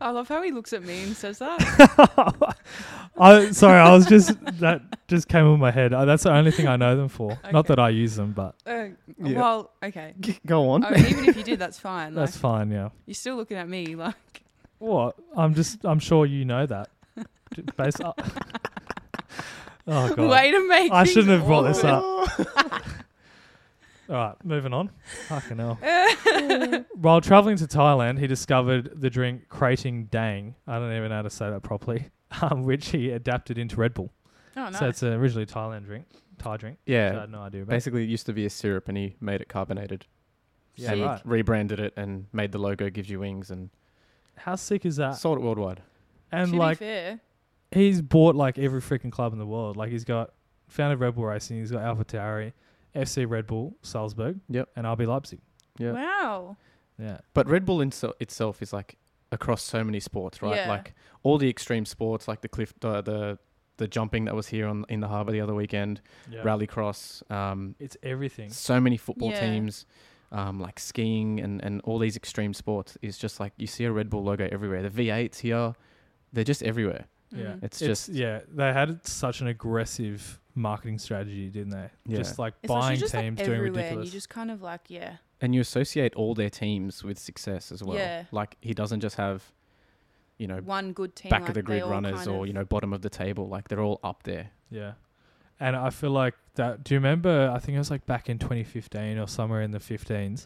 Speaker 8: I love how he looks at me and says that.
Speaker 1: I sorry, I was just that just came over my head. Uh, that's the only thing I know them for. Not
Speaker 8: Okay.
Speaker 1: that I use them, but
Speaker 8: Uh,
Speaker 3: Yeah.
Speaker 8: Well, okay.
Speaker 3: Go on.
Speaker 8: I mean, even if you did, that's fine.
Speaker 1: that's
Speaker 8: like,
Speaker 1: fine. Yeah.
Speaker 8: you're still looking at me like.
Speaker 1: What? I'm just. I'm sure you know that. J- Based. oh god.
Speaker 8: Way to make.
Speaker 1: I
Speaker 8: things
Speaker 1: shouldn't have brought this
Speaker 8: awkward.
Speaker 1: up. All right, moving on. Fucking hell. While traveling to Thailand, he discovered the drink Krating Dang. I don't even know how to say that properly. Um, which he adapted into Red Bull.
Speaker 8: Oh, nice.
Speaker 1: So it's a originally Thailand drink, Thai drink. which I
Speaker 3: Yeah.
Speaker 1: had no idea about.
Speaker 3: Basically, it used to be a syrup, and he made it carbonated.
Speaker 1: Yeah,
Speaker 3: and
Speaker 1: right.
Speaker 3: rebranded it and made the logo gives you wings and
Speaker 1: How sick is that?
Speaker 3: sold it worldwide.
Speaker 1: and
Speaker 8: to
Speaker 1: like
Speaker 8: be fair,
Speaker 1: he's bought like every freaking club in the world. Like he's got founded Red Bull Racing, he's got Alpha FC Red Bull, Salzburg,
Speaker 3: Yep.
Speaker 1: and RB Leipzig.
Speaker 3: Yeah.
Speaker 8: wow.
Speaker 1: Yeah.
Speaker 3: But Red Bull in so- itself is like across so many sports, right?
Speaker 8: Yeah.
Speaker 3: Like all the extreme sports, like the cliff, uh, the the jumping that was here on in the harbour the other weekend, rallycross, um,
Speaker 1: It's everything.
Speaker 3: so many football
Speaker 8: Yeah.
Speaker 3: teams, um, like skiing and and all these extreme sports is just like you see a Red Bull logo everywhere. The V8s here, they're just everywhere.
Speaker 1: Yeah.
Speaker 8: Mm.
Speaker 3: It's, just
Speaker 1: yeah, they had such an aggressive marketing strategy, didn't they?
Speaker 3: Yeah.
Speaker 1: Just like
Speaker 8: It's literally
Speaker 1: buying
Speaker 8: just, like,
Speaker 1: teams doing
Speaker 8: everywhere, and
Speaker 1: ridiculous.
Speaker 8: You just kind of like, yeah,
Speaker 3: and you associate all their teams with success as well.
Speaker 8: Yeah.
Speaker 3: Like he doesn't just have, you know,
Speaker 8: one good team.
Speaker 3: back
Speaker 8: like,
Speaker 3: of the
Speaker 8: they
Speaker 3: grid
Speaker 8: all
Speaker 3: runners
Speaker 8: kind
Speaker 3: or
Speaker 8: of-
Speaker 3: you know bottom of the table. Like they're all up there.
Speaker 1: yeah. And I feel like that. Do you remember? I think it was like back in 2015 or somewhere in the 15s,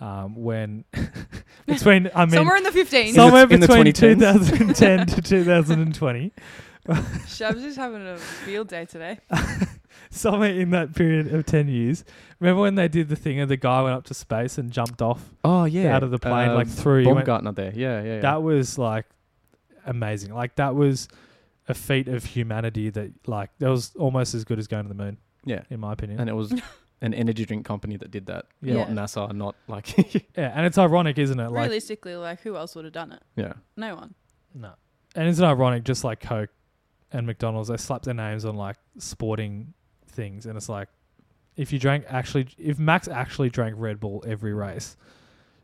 Speaker 1: um, when between I mean
Speaker 8: somewhere in the
Speaker 3: Some-
Speaker 8: 15.
Speaker 1: somewhere
Speaker 3: in the
Speaker 1: between
Speaker 3: 2010s.
Speaker 1: 2010 to 2020,
Speaker 8: Shabs is having a field day today.
Speaker 1: somewhere in that period of 10 years. Remember when they did the thing of the guy went up to space and jumped off
Speaker 3: Oh yeah, Uh,
Speaker 1: out of the plane like through? he went-
Speaker 3: Baumgartner there. Yeah, yeah. yeah.
Speaker 1: That was like amazing. Like that was a feat of humanity that like that was almost as good as going to the moon,
Speaker 3: yeah,
Speaker 1: in my opinion.
Speaker 3: and it was an energy drink company that did that.
Speaker 1: Yeah.
Speaker 3: Not
Speaker 8: Yeah.
Speaker 3: NASA, not like
Speaker 1: yeah, and it's ironic, isn't it? Like
Speaker 8: Realistically, like who else would have done it?
Speaker 3: yeah.
Speaker 8: No one.
Speaker 1: no, and isn't it ironic? Just like Coke and McDonald's, they slap their names on like sporting things, and it's like if you drank actually, if Max actually drank Red Bull every race,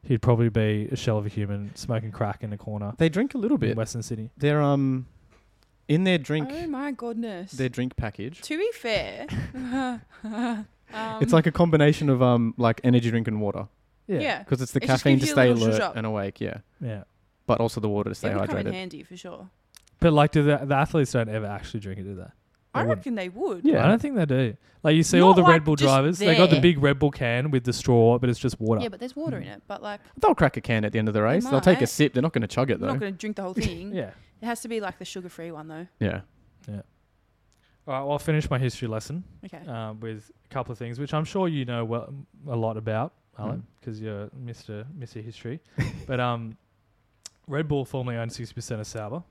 Speaker 1: he'd probably be a shell of a human smoking crack in a corner
Speaker 3: They drink a little
Speaker 1: in
Speaker 3: bit.
Speaker 1: Western City.
Speaker 3: They're um, in their drink,
Speaker 8: Oh my goodness.
Speaker 3: their drink package.
Speaker 8: to be fair, um,
Speaker 3: it's like a combination of um, like energy drink and water
Speaker 8: yeah,
Speaker 3: because it's the
Speaker 8: It just
Speaker 3: caffeine to
Speaker 8: gives you a
Speaker 3: stay
Speaker 8: little zhuzh
Speaker 3: alert
Speaker 8: up.
Speaker 3: and awake. Yeah,
Speaker 1: yeah.
Speaker 3: but also the water to stay
Speaker 8: it would come in
Speaker 3: hydrated.
Speaker 8: handy for sure.
Speaker 1: But like, do the, the athletes don't ever actually drink it? Do they?
Speaker 8: I
Speaker 1: wouldn't.
Speaker 8: reckon they would.
Speaker 3: Yeah.
Speaker 1: I don't think they do. Like you see
Speaker 8: Not
Speaker 1: all the
Speaker 8: like
Speaker 1: Red Bull
Speaker 8: just
Speaker 1: drivers, they got the
Speaker 8: there.
Speaker 1: big Red Bull can with the straw, but it's just water.
Speaker 8: Yeah, but there's water in it. But like,
Speaker 3: They'll crack a can at the end of the race. They'll take a
Speaker 8: might.
Speaker 3: sip. They're not going to chug it
Speaker 8: we're
Speaker 3: though.
Speaker 8: not going to drink the whole thing.
Speaker 1: yeah.
Speaker 8: It has to be like the sugar-free one though.
Speaker 3: yeah.
Speaker 1: All right. Well, I'll finish my history lesson
Speaker 8: Okay.
Speaker 1: uh, with a couple of things, which I'm sure you know well, a lot about, Alan,
Speaker 3: Mm.
Speaker 1: because you're Mister Mister History. but um, Red Bull formerly owned sixty percent of Sauber,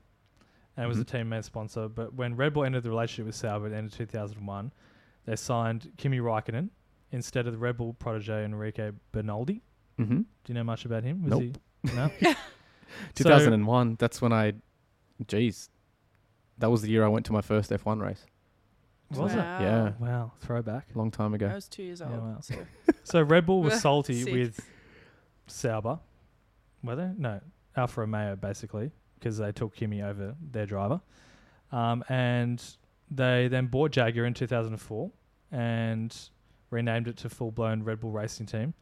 Speaker 1: and it was a
Speaker 3: Mm-hmm.
Speaker 1: teammate sponsor. But when Red Bull ended the relationship with Sauber at the end of 2001, they signed Kimi Raikkonen instead of the Red Bull protege Enrique Bernaldi.
Speaker 3: Mm-hmm.
Speaker 1: Do you know much about him? Was
Speaker 3: Nope.
Speaker 1: he? No.
Speaker 3: 2001. that's when I, geez, that was the year I went to my first F1 race.
Speaker 1: Was it?
Speaker 8: Wow.
Speaker 3: Yeah,
Speaker 1: Wow, throwback.
Speaker 3: long time
Speaker 8: I
Speaker 3: ago.
Speaker 8: was two years
Speaker 1: Yeah,
Speaker 8: old.
Speaker 1: wow.
Speaker 8: so.
Speaker 1: So Red Bull was
Speaker 8: Sick.
Speaker 1: salty with Sauber, were they? No, Alfa Romeo basically because they took Kimi over their driver, um, and they then bought Jaguar in 2004 and renamed it to full blown Red Bull Racing Team,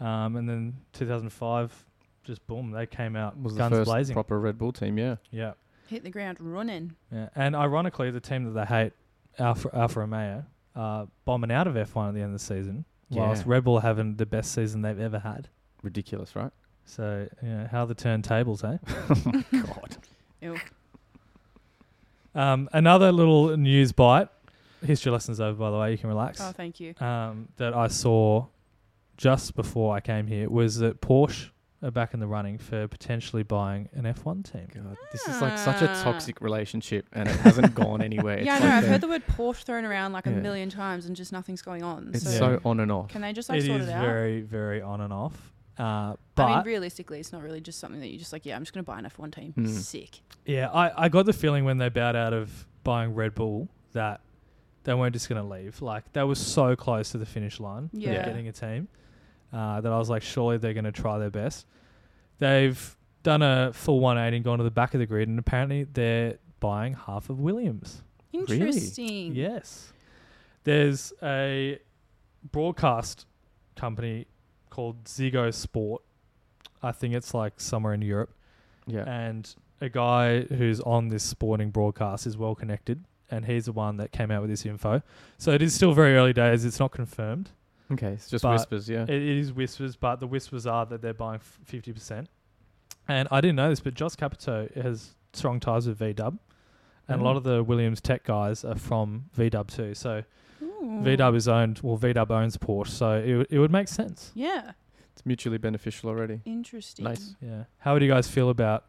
Speaker 1: um, and then 2005 just boom they came out
Speaker 3: Was the
Speaker 1: guns
Speaker 3: first
Speaker 1: blazing.
Speaker 3: proper Red Bull team. Yeah.
Speaker 1: yeah,
Speaker 8: Hit the ground running.
Speaker 1: yeah, and ironically the team that they hate Alfa, Alfa Romeo uh, bombing out of F1 at the end of the season. Whilst
Speaker 3: Yeah.
Speaker 1: Red Bull having the best season they've ever had.
Speaker 3: Ridiculous, right?
Speaker 1: So, yeah, how the turntables, eh?
Speaker 3: God.
Speaker 8: Ew.
Speaker 1: Um, another little news bite. History lessons over, by the way. You can relax.
Speaker 8: Oh, thank you.
Speaker 1: Um, that I saw just before I came here was that Porsche are back in the running for potentially buying an F1 team.
Speaker 3: Oh, God, this is like such a
Speaker 8: Ah.
Speaker 3: toxic relationship, and it hasn't gone anywhere.
Speaker 8: yeah, I
Speaker 3: it's
Speaker 8: know.
Speaker 3: like
Speaker 8: I've
Speaker 3: the-
Speaker 8: heard the word Porsche thrown around like a
Speaker 3: Yeah.
Speaker 8: million times and just nothing's going on.
Speaker 3: It's
Speaker 8: so,
Speaker 1: Yeah.
Speaker 3: so on and off.
Speaker 8: can they just like
Speaker 1: it
Speaker 8: sort
Speaker 1: is
Speaker 8: it out?
Speaker 1: very, very on and off. Uh, but
Speaker 8: I mean, realistically, it's not really just something that you just like. Yeah, I'm just gonna buy an F1 team.
Speaker 1: Hmm.
Speaker 3: Mm.
Speaker 8: Sick.
Speaker 1: yeah, I, I got the feeling when they bowed out of buying Red Bull that they weren't just going to leave. Like, they were so close to the finish line.
Speaker 8: Yeah.
Speaker 1: of getting a team uh, that I was like, surely they're going to try their best. They've done a full 180 and gone to the back of the grid, and apparently they're buying half of Williams.
Speaker 8: Interesting.
Speaker 1: Yes. There's a broadcast company called Zigo Sport. I think it's like somewhere in Europe.
Speaker 3: Yeah.
Speaker 1: And a guy who's on this sporting broadcast is well connected, and he's the one that came out with this info. So it is still very early days. It's not confirmed.
Speaker 3: okay, it's just
Speaker 1: but
Speaker 3: whispers. Yeah.
Speaker 1: It, it is whispers, but the whispers are that they're buying fifty percent. And I didn't know this, but Jos Capito has strong ties with V Dub, and a lot
Speaker 3: Mm.
Speaker 1: of the Williams Tech guys are from V Dub too. So
Speaker 8: Ooh.
Speaker 1: V Dub is owned, well, V Dub owns Porsche, so it w- it would make sense.
Speaker 8: Yeah.
Speaker 3: it's mutually beneficial already.
Speaker 8: Interesting.
Speaker 3: Nice.
Speaker 1: Yeah. How would you guys feel about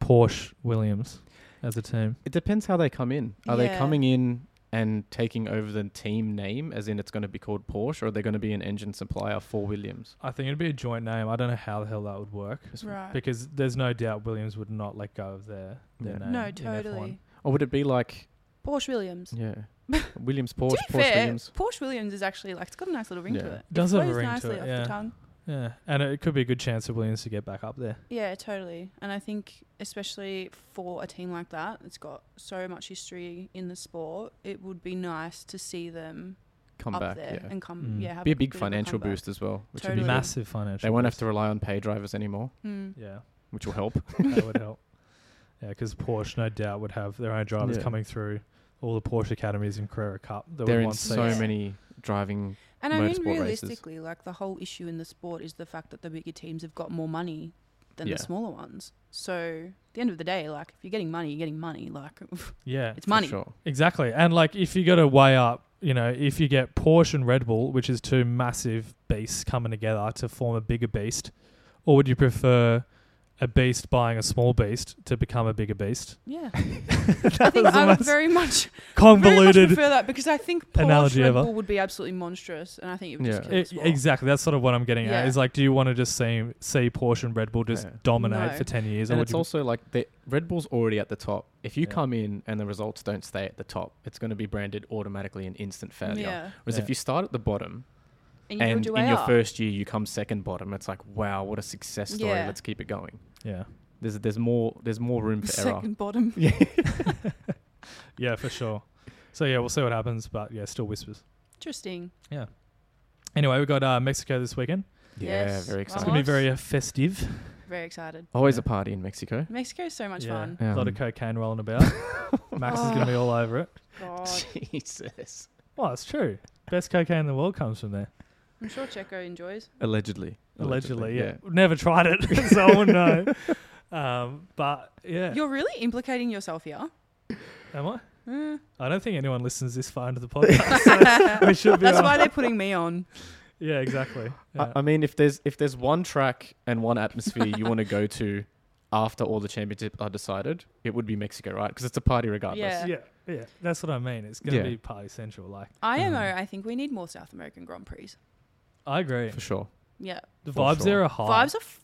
Speaker 1: Porsche Williams as a team?
Speaker 3: It depends how they come in. Are
Speaker 8: Yeah.
Speaker 3: they coming in and taking over the team name, as in it's going to be called Porsche, or are they going to be an engine supplier for Williams?
Speaker 1: I think it'd be a joint name. I don't know how the hell that would work
Speaker 8: Right.
Speaker 1: because there's no doubt Williams would not let go of their their
Speaker 3: Yeah.
Speaker 1: name.
Speaker 8: no,
Speaker 1: in F1.
Speaker 8: totally.
Speaker 3: Or would it be like,
Speaker 8: Porsche Williams.
Speaker 3: yeah, Williams Porsche,
Speaker 8: to be
Speaker 3: Porsche
Speaker 8: fair,
Speaker 3: Williams?
Speaker 8: Porsche Williams is actually like it's got a nice little ring
Speaker 3: Yeah.
Speaker 8: to it.
Speaker 1: Does
Speaker 8: it
Speaker 1: have a
Speaker 8: flows
Speaker 1: ring to
Speaker 8: nicely
Speaker 1: it,
Speaker 8: off
Speaker 1: yeah.
Speaker 8: the tongue.
Speaker 1: Yeah, and it could be a good chance for Williams to get back up there.
Speaker 8: Yeah, totally. And I think especially for a team like that, it's got so much history in the sport. It would be nice to see them
Speaker 3: Come
Speaker 8: up
Speaker 3: back.
Speaker 8: there
Speaker 3: Yeah.
Speaker 8: and come.
Speaker 1: Mm.
Speaker 8: Yeah, have
Speaker 3: Be a
Speaker 8: a
Speaker 3: big
Speaker 8: bit of a
Speaker 3: financial
Speaker 8: comeback.
Speaker 3: boost as well, which
Speaker 8: Totally.
Speaker 3: would be good.
Speaker 1: Massive financial.
Speaker 3: They won't have
Speaker 1: boost.
Speaker 3: to rely on pay drivers anymore,
Speaker 8: Mm.
Speaker 1: Yeah,
Speaker 3: which will help.
Speaker 1: that would help. Yeah, because Porsche, no doubt, would have their own drivers
Speaker 3: Yeah.
Speaker 1: coming through all the Porsche academies in Carrera Cup. That
Speaker 3: They're
Speaker 1: would
Speaker 3: in
Speaker 1: want
Speaker 3: so
Speaker 1: seats.
Speaker 3: many driving.
Speaker 8: And I mean,
Speaker 3: motorsport races.
Speaker 8: realistically, like the whole issue in the sport is the fact that the bigger teams have got more money than
Speaker 3: Yeah.
Speaker 8: the smaller ones. So at the end of the day, like if you're getting money, you're getting money. Like
Speaker 1: Yeah,
Speaker 8: it's
Speaker 3: for
Speaker 8: money.
Speaker 3: Sure.
Speaker 1: exactly. And like, if you got to weigh up, you know, if you get Porsche and Red Bull, which is two massive beasts coming together to form a bigger beast, or would you prefer a beast buying a small beast to become a bigger beast?
Speaker 8: Yeah,
Speaker 1: that
Speaker 8: I think
Speaker 1: was the
Speaker 8: I would
Speaker 1: most
Speaker 8: very much, very much
Speaker 1: convoluted.
Speaker 8: prefer that because I think Porsche
Speaker 1: analogy
Speaker 8: Red
Speaker 1: ever.
Speaker 8: Bull would be absolutely monstrous, and I think it would
Speaker 3: Yeah.
Speaker 8: just kill
Speaker 1: E-
Speaker 8: the sport.
Speaker 1: exactly. That's sort of what I'm getting at.
Speaker 8: Yeah.
Speaker 1: Is like, do you want to just see see Porsche and Red Bull just
Speaker 3: Yeah.
Speaker 1: dominate
Speaker 8: No.
Speaker 1: for ten years,
Speaker 3: And
Speaker 1: or
Speaker 3: it's
Speaker 1: would you?
Speaker 3: also like the Red Bull's already at the top. If you
Speaker 1: Yeah.
Speaker 3: come in and the results don't stay at the top, it's going to be branded automatically an instant failure.
Speaker 8: Yeah,
Speaker 3: Whereas
Speaker 1: Yeah.
Speaker 3: if you start at the bottom
Speaker 8: and you
Speaker 3: and
Speaker 8: do
Speaker 3: in your first year you come second bottom, it's like wow, what a success story.
Speaker 8: Yeah.
Speaker 3: Let's keep it going.
Speaker 1: yeah,
Speaker 3: There's there's more there's more room for error.
Speaker 8: second bottom.
Speaker 1: yeah, for sure. So yeah, we'll see what happens, but yeah, still whispers.
Speaker 8: Interesting.
Speaker 1: Anyway, we got uh, Mexico this weekend.
Speaker 3: Yeah,
Speaker 8: Yes.
Speaker 3: very
Speaker 1: It's
Speaker 3: exciting.
Speaker 1: gonna be
Speaker 8: Nice.
Speaker 1: very uh, festive.
Speaker 8: Very excited.
Speaker 3: Always a party in Mexico.
Speaker 8: Mexico's so much
Speaker 1: yeah,
Speaker 8: fun.
Speaker 1: a lot of
Speaker 3: Um,
Speaker 1: cocaine rolling about. Max is gonna be all over it.
Speaker 8: Oh God,
Speaker 3: Jesus.
Speaker 1: Well, it's true. Best cocaine in the world comes from there,
Speaker 8: I'm sure Checo enjoys.
Speaker 3: Allegedly.
Speaker 1: allegedly. yeah, never tried it, so I wouldn't know. Um, but yeah,
Speaker 8: You're really implicating yourself here.
Speaker 1: am I?
Speaker 8: Mm.
Speaker 1: I don't think anyone listens this far into the podcast. so we should be.
Speaker 8: That's
Speaker 1: on-
Speaker 8: why they're putting me on.
Speaker 1: yeah, exactly. Yeah.
Speaker 3: I, I mean, if there's if there's one track and one atmosphere you want to go to after all the championships are decided, it would be Mexico, right? Because it's a party regardless.
Speaker 8: Yeah.
Speaker 1: Yeah, yeah. That's what I mean. It's going to be
Speaker 3: Yeah.
Speaker 1: party central. Like,
Speaker 8: IMO,
Speaker 3: Mm.
Speaker 8: I think we need more South American Grand Prix.
Speaker 1: I agree.
Speaker 3: For sure.
Speaker 8: Yeah.
Speaker 1: The
Speaker 3: For
Speaker 1: vibes
Speaker 3: sure.
Speaker 1: there are high.
Speaker 8: Vibes are. F-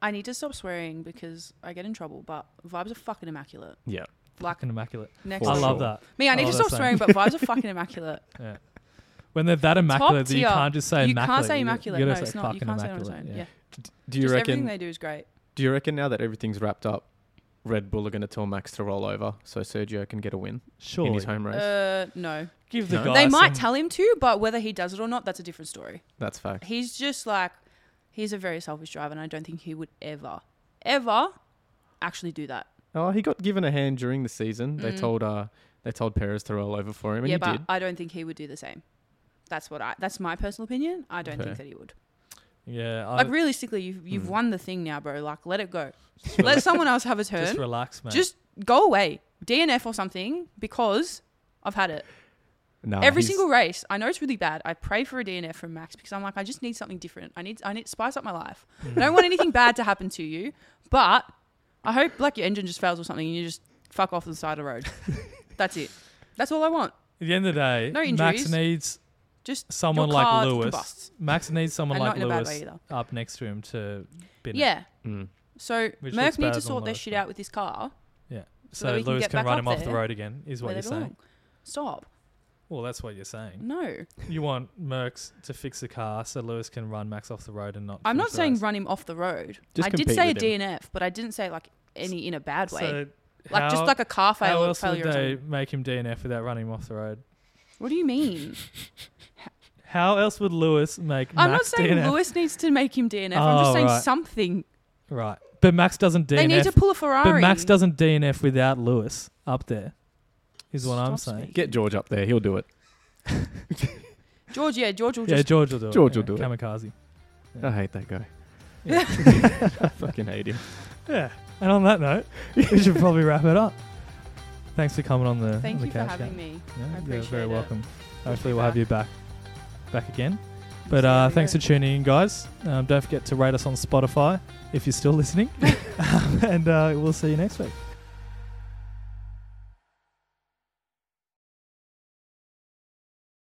Speaker 8: I need to stop swearing because I get in trouble, but vibes are fucking immaculate.
Speaker 3: Yeah.
Speaker 8: Like,
Speaker 1: fucking immaculate.
Speaker 8: next
Speaker 3: For
Speaker 1: I love
Speaker 3: sure.
Speaker 1: that.
Speaker 8: Me, I
Speaker 1: Oh,
Speaker 8: need to
Speaker 1: that's
Speaker 8: stop
Speaker 1: same.
Speaker 8: swearing, but vibes are fucking immaculate.
Speaker 1: Yeah. When they're that immaculate, that you
Speaker 8: tier.
Speaker 1: can't just say
Speaker 8: you
Speaker 1: immaculate.
Speaker 8: can't say
Speaker 1: You-
Speaker 8: immaculate.
Speaker 1: You
Speaker 8: no,
Speaker 1: gotta
Speaker 8: it's
Speaker 1: say
Speaker 8: not. You
Speaker 1: fucking
Speaker 8: can't say it on its
Speaker 1: immaculate,
Speaker 8: own. Yeah.
Speaker 3: D- Do you
Speaker 8: Just
Speaker 3: reckon?
Speaker 8: everything they do is great.
Speaker 3: do you reckon now that everything's wrapped up, Red Bull are going to tell Max to roll over so Sergio can get a win in
Speaker 1: Surely.
Speaker 3: his home race? um,
Speaker 8: Uh, no.
Speaker 1: Give the
Speaker 3: No.
Speaker 1: guy
Speaker 8: They might
Speaker 1: some-
Speaker 8: tell him to, but whether he does it or not, that's a different story.
Speaker 3: That's fact.
Speaker 8: He's just like, he's a very selfish driver, and I don't think he would ever, ever actually do that.
Speaker 3: Oh, he got given a hand during the season. They told uh they told Perez to roll over for him, and
Speaker 8: Mm. yeah,
Speaker 3: he
Speaker 8: but
Speaker 3: did.
Speaker 8: I don't think he would do the same. That's what I. That's my personal opinion. I don't
Speaker 3: Okay.
Speaker 8: think that he would.
Speaker 1: Yeah. I
Speaker 8: Like realistically, you've you've won the thing now, bro. Like let it go. Let someone else have a turn.
Speaker 1: mm. just
Speaker 8: Just,
Speaker 1: relax, man.
Speaker 8: go away, DNF or something, because I've had it.
Speaker 1: Ah,
Speaker 3: Nah,
Speaker 8: Every
Speaker 3: he's-
Speaker 8: single race, I know it's really bad. I pray for a DNF from Max because I'm like, I just need something different. I need I need to spice up my life. I don't want anything bad to happen to you, but I hope like your engine just fails or something and you just fuck off to the side of the road. That's it. That's all I want.
Speaker 1: At the end of the day,
Speaker 8: No
Speaker 1: Max
Speaker 8: injuries.
Speaker 1: needs
Speaker 8: Just
Speaker 1: someone
Speaker 8: your
Speaker 1: like
Speaker 8: car
Speaker 1: Lewis.
Speaker 8: combusts.
Speaker 1: Max needs someone
Speaker 8: And
Speaker 1: like
Speaker 8: not in a bad way
Speaker 1: Lewis
Speaker 8: either.
Speaker 1: up next to him to bin it.
Speaker 8: Yeah.
Speaker 3: Mm.
Speaker 8: So
Speaker 1: Which looks
Speaker 8: Merck need
Speaker 1: bad
Speaker 8: to
Speaker 1: on
Speaker 8: sort their
Speaker 1: Lewis,
Speaker 8: shit
Speaker 1: but-
Speaker 8: out with this car
Speaker 1: Yeah.
Speaker 8: that
Speaker 1: So
Speaker 8: we can
Speaker 1: Lewis
Speaker 8: get
Speaker 1: can
Speaker 8: back
Speaker 1: run
Speaker 8: up
Speaker 1: him off the
Speaker 8: there
Speaker 1: road again, is what
Speaker 8: where
Speaker 1: you're
Speaker 8: they
Speaker 1: saying.
Speaker 8: belong. Stop.
Speaker 1: Well, that's what you're saying.
Speaker 8: No.
Speaker 1: You want Merckx to fix the car so Lewis can run Max off the road and not.
Speaker 8: I'm not
Speaker 1: finish the
Speaker 8: saying
Speaker 1: race.
Speaker 8: run him off the road.
Speaker 3: Just
Speaker 8: I did
Speaker 3: compete
Speaker 8: say a
Speaker 3: with him.
Speaker 8: DNF, but I didn't say like any in a bad way.
Speaker 1: So
Speaker 8: like
Speaker 1: how-
Speaker 8: just like a car
Speaker 1: How
Speaker 8: fail,
Speaker 1: else would
Speaker 8: failure. or
Speaker 1: they
Speaker 8: something.
Speaker 1: make him DNF without running him off the road?
Speaker 8: What do you mean?
Speaker 1: How else would Lewis make
Speaker 8: I'm not
Speaker 1: Max
Speaker 8: saying
Speaker 1: DNF?
Speaker 8: Lewis needs to make him DNF. I'm just
Speaker 1: Oh,
Speaker 8: saying
Speaker 1: right.
Speaker 8: something.
Speaker 1: Right. But Max doesn't DNF.
Speaker 8: They need to pull a Ferrari.
Speaker 1: But Max doesn't DNF without Lewis up there, is what I'm
Speaker 8: Stop
Speaker 1: saying.
Speaker 8: speaking.
Speaker 3: Get George up there. He'll do it.
Speaker 8: George, yeah, George will
Speaker 1: Yeah,
Speaker 8: just.
Speaker 1: George will do it.
Speaker 3: George will
Speaker 1: yeah,
Speaker 3: do it.
Speaker 1: Kamikaze.
Speaker 3: I hate that guy.
Speaker 1: Yeah.
Speaker 3: I fucking hate him.
Speaker 1: Yeah. And on that note, we should probably wrap it up. Thanks for coming on the
Speaker 8: Thank
Speaker 1: on the
Speaker 8: you for
Speaker 1: couch
Speaker 8: having
Speaker 1: Gang.
Speaker 8: me.
Speaker 1: Yeah,
Speaker 8: I
Speaker 1: you're
Speaker 8: appreciate
Speaker 1: very
Speaker 8: it.
Speaker 1: welcome.
Speaker 8: be
Speaker 1: Hopefully, we'll have
Speaker 8: back.
Speaker 1: you back back again. But
Speaker 8: So
Speaker 1: uh,
Speaker 8: we
Speaker 1: thanks for
Speaker 8: go.
Speaker 1: tuning in, guys. Um, don't forget to rate us on Spotify if you're still listening. and uh, we'll see you next week.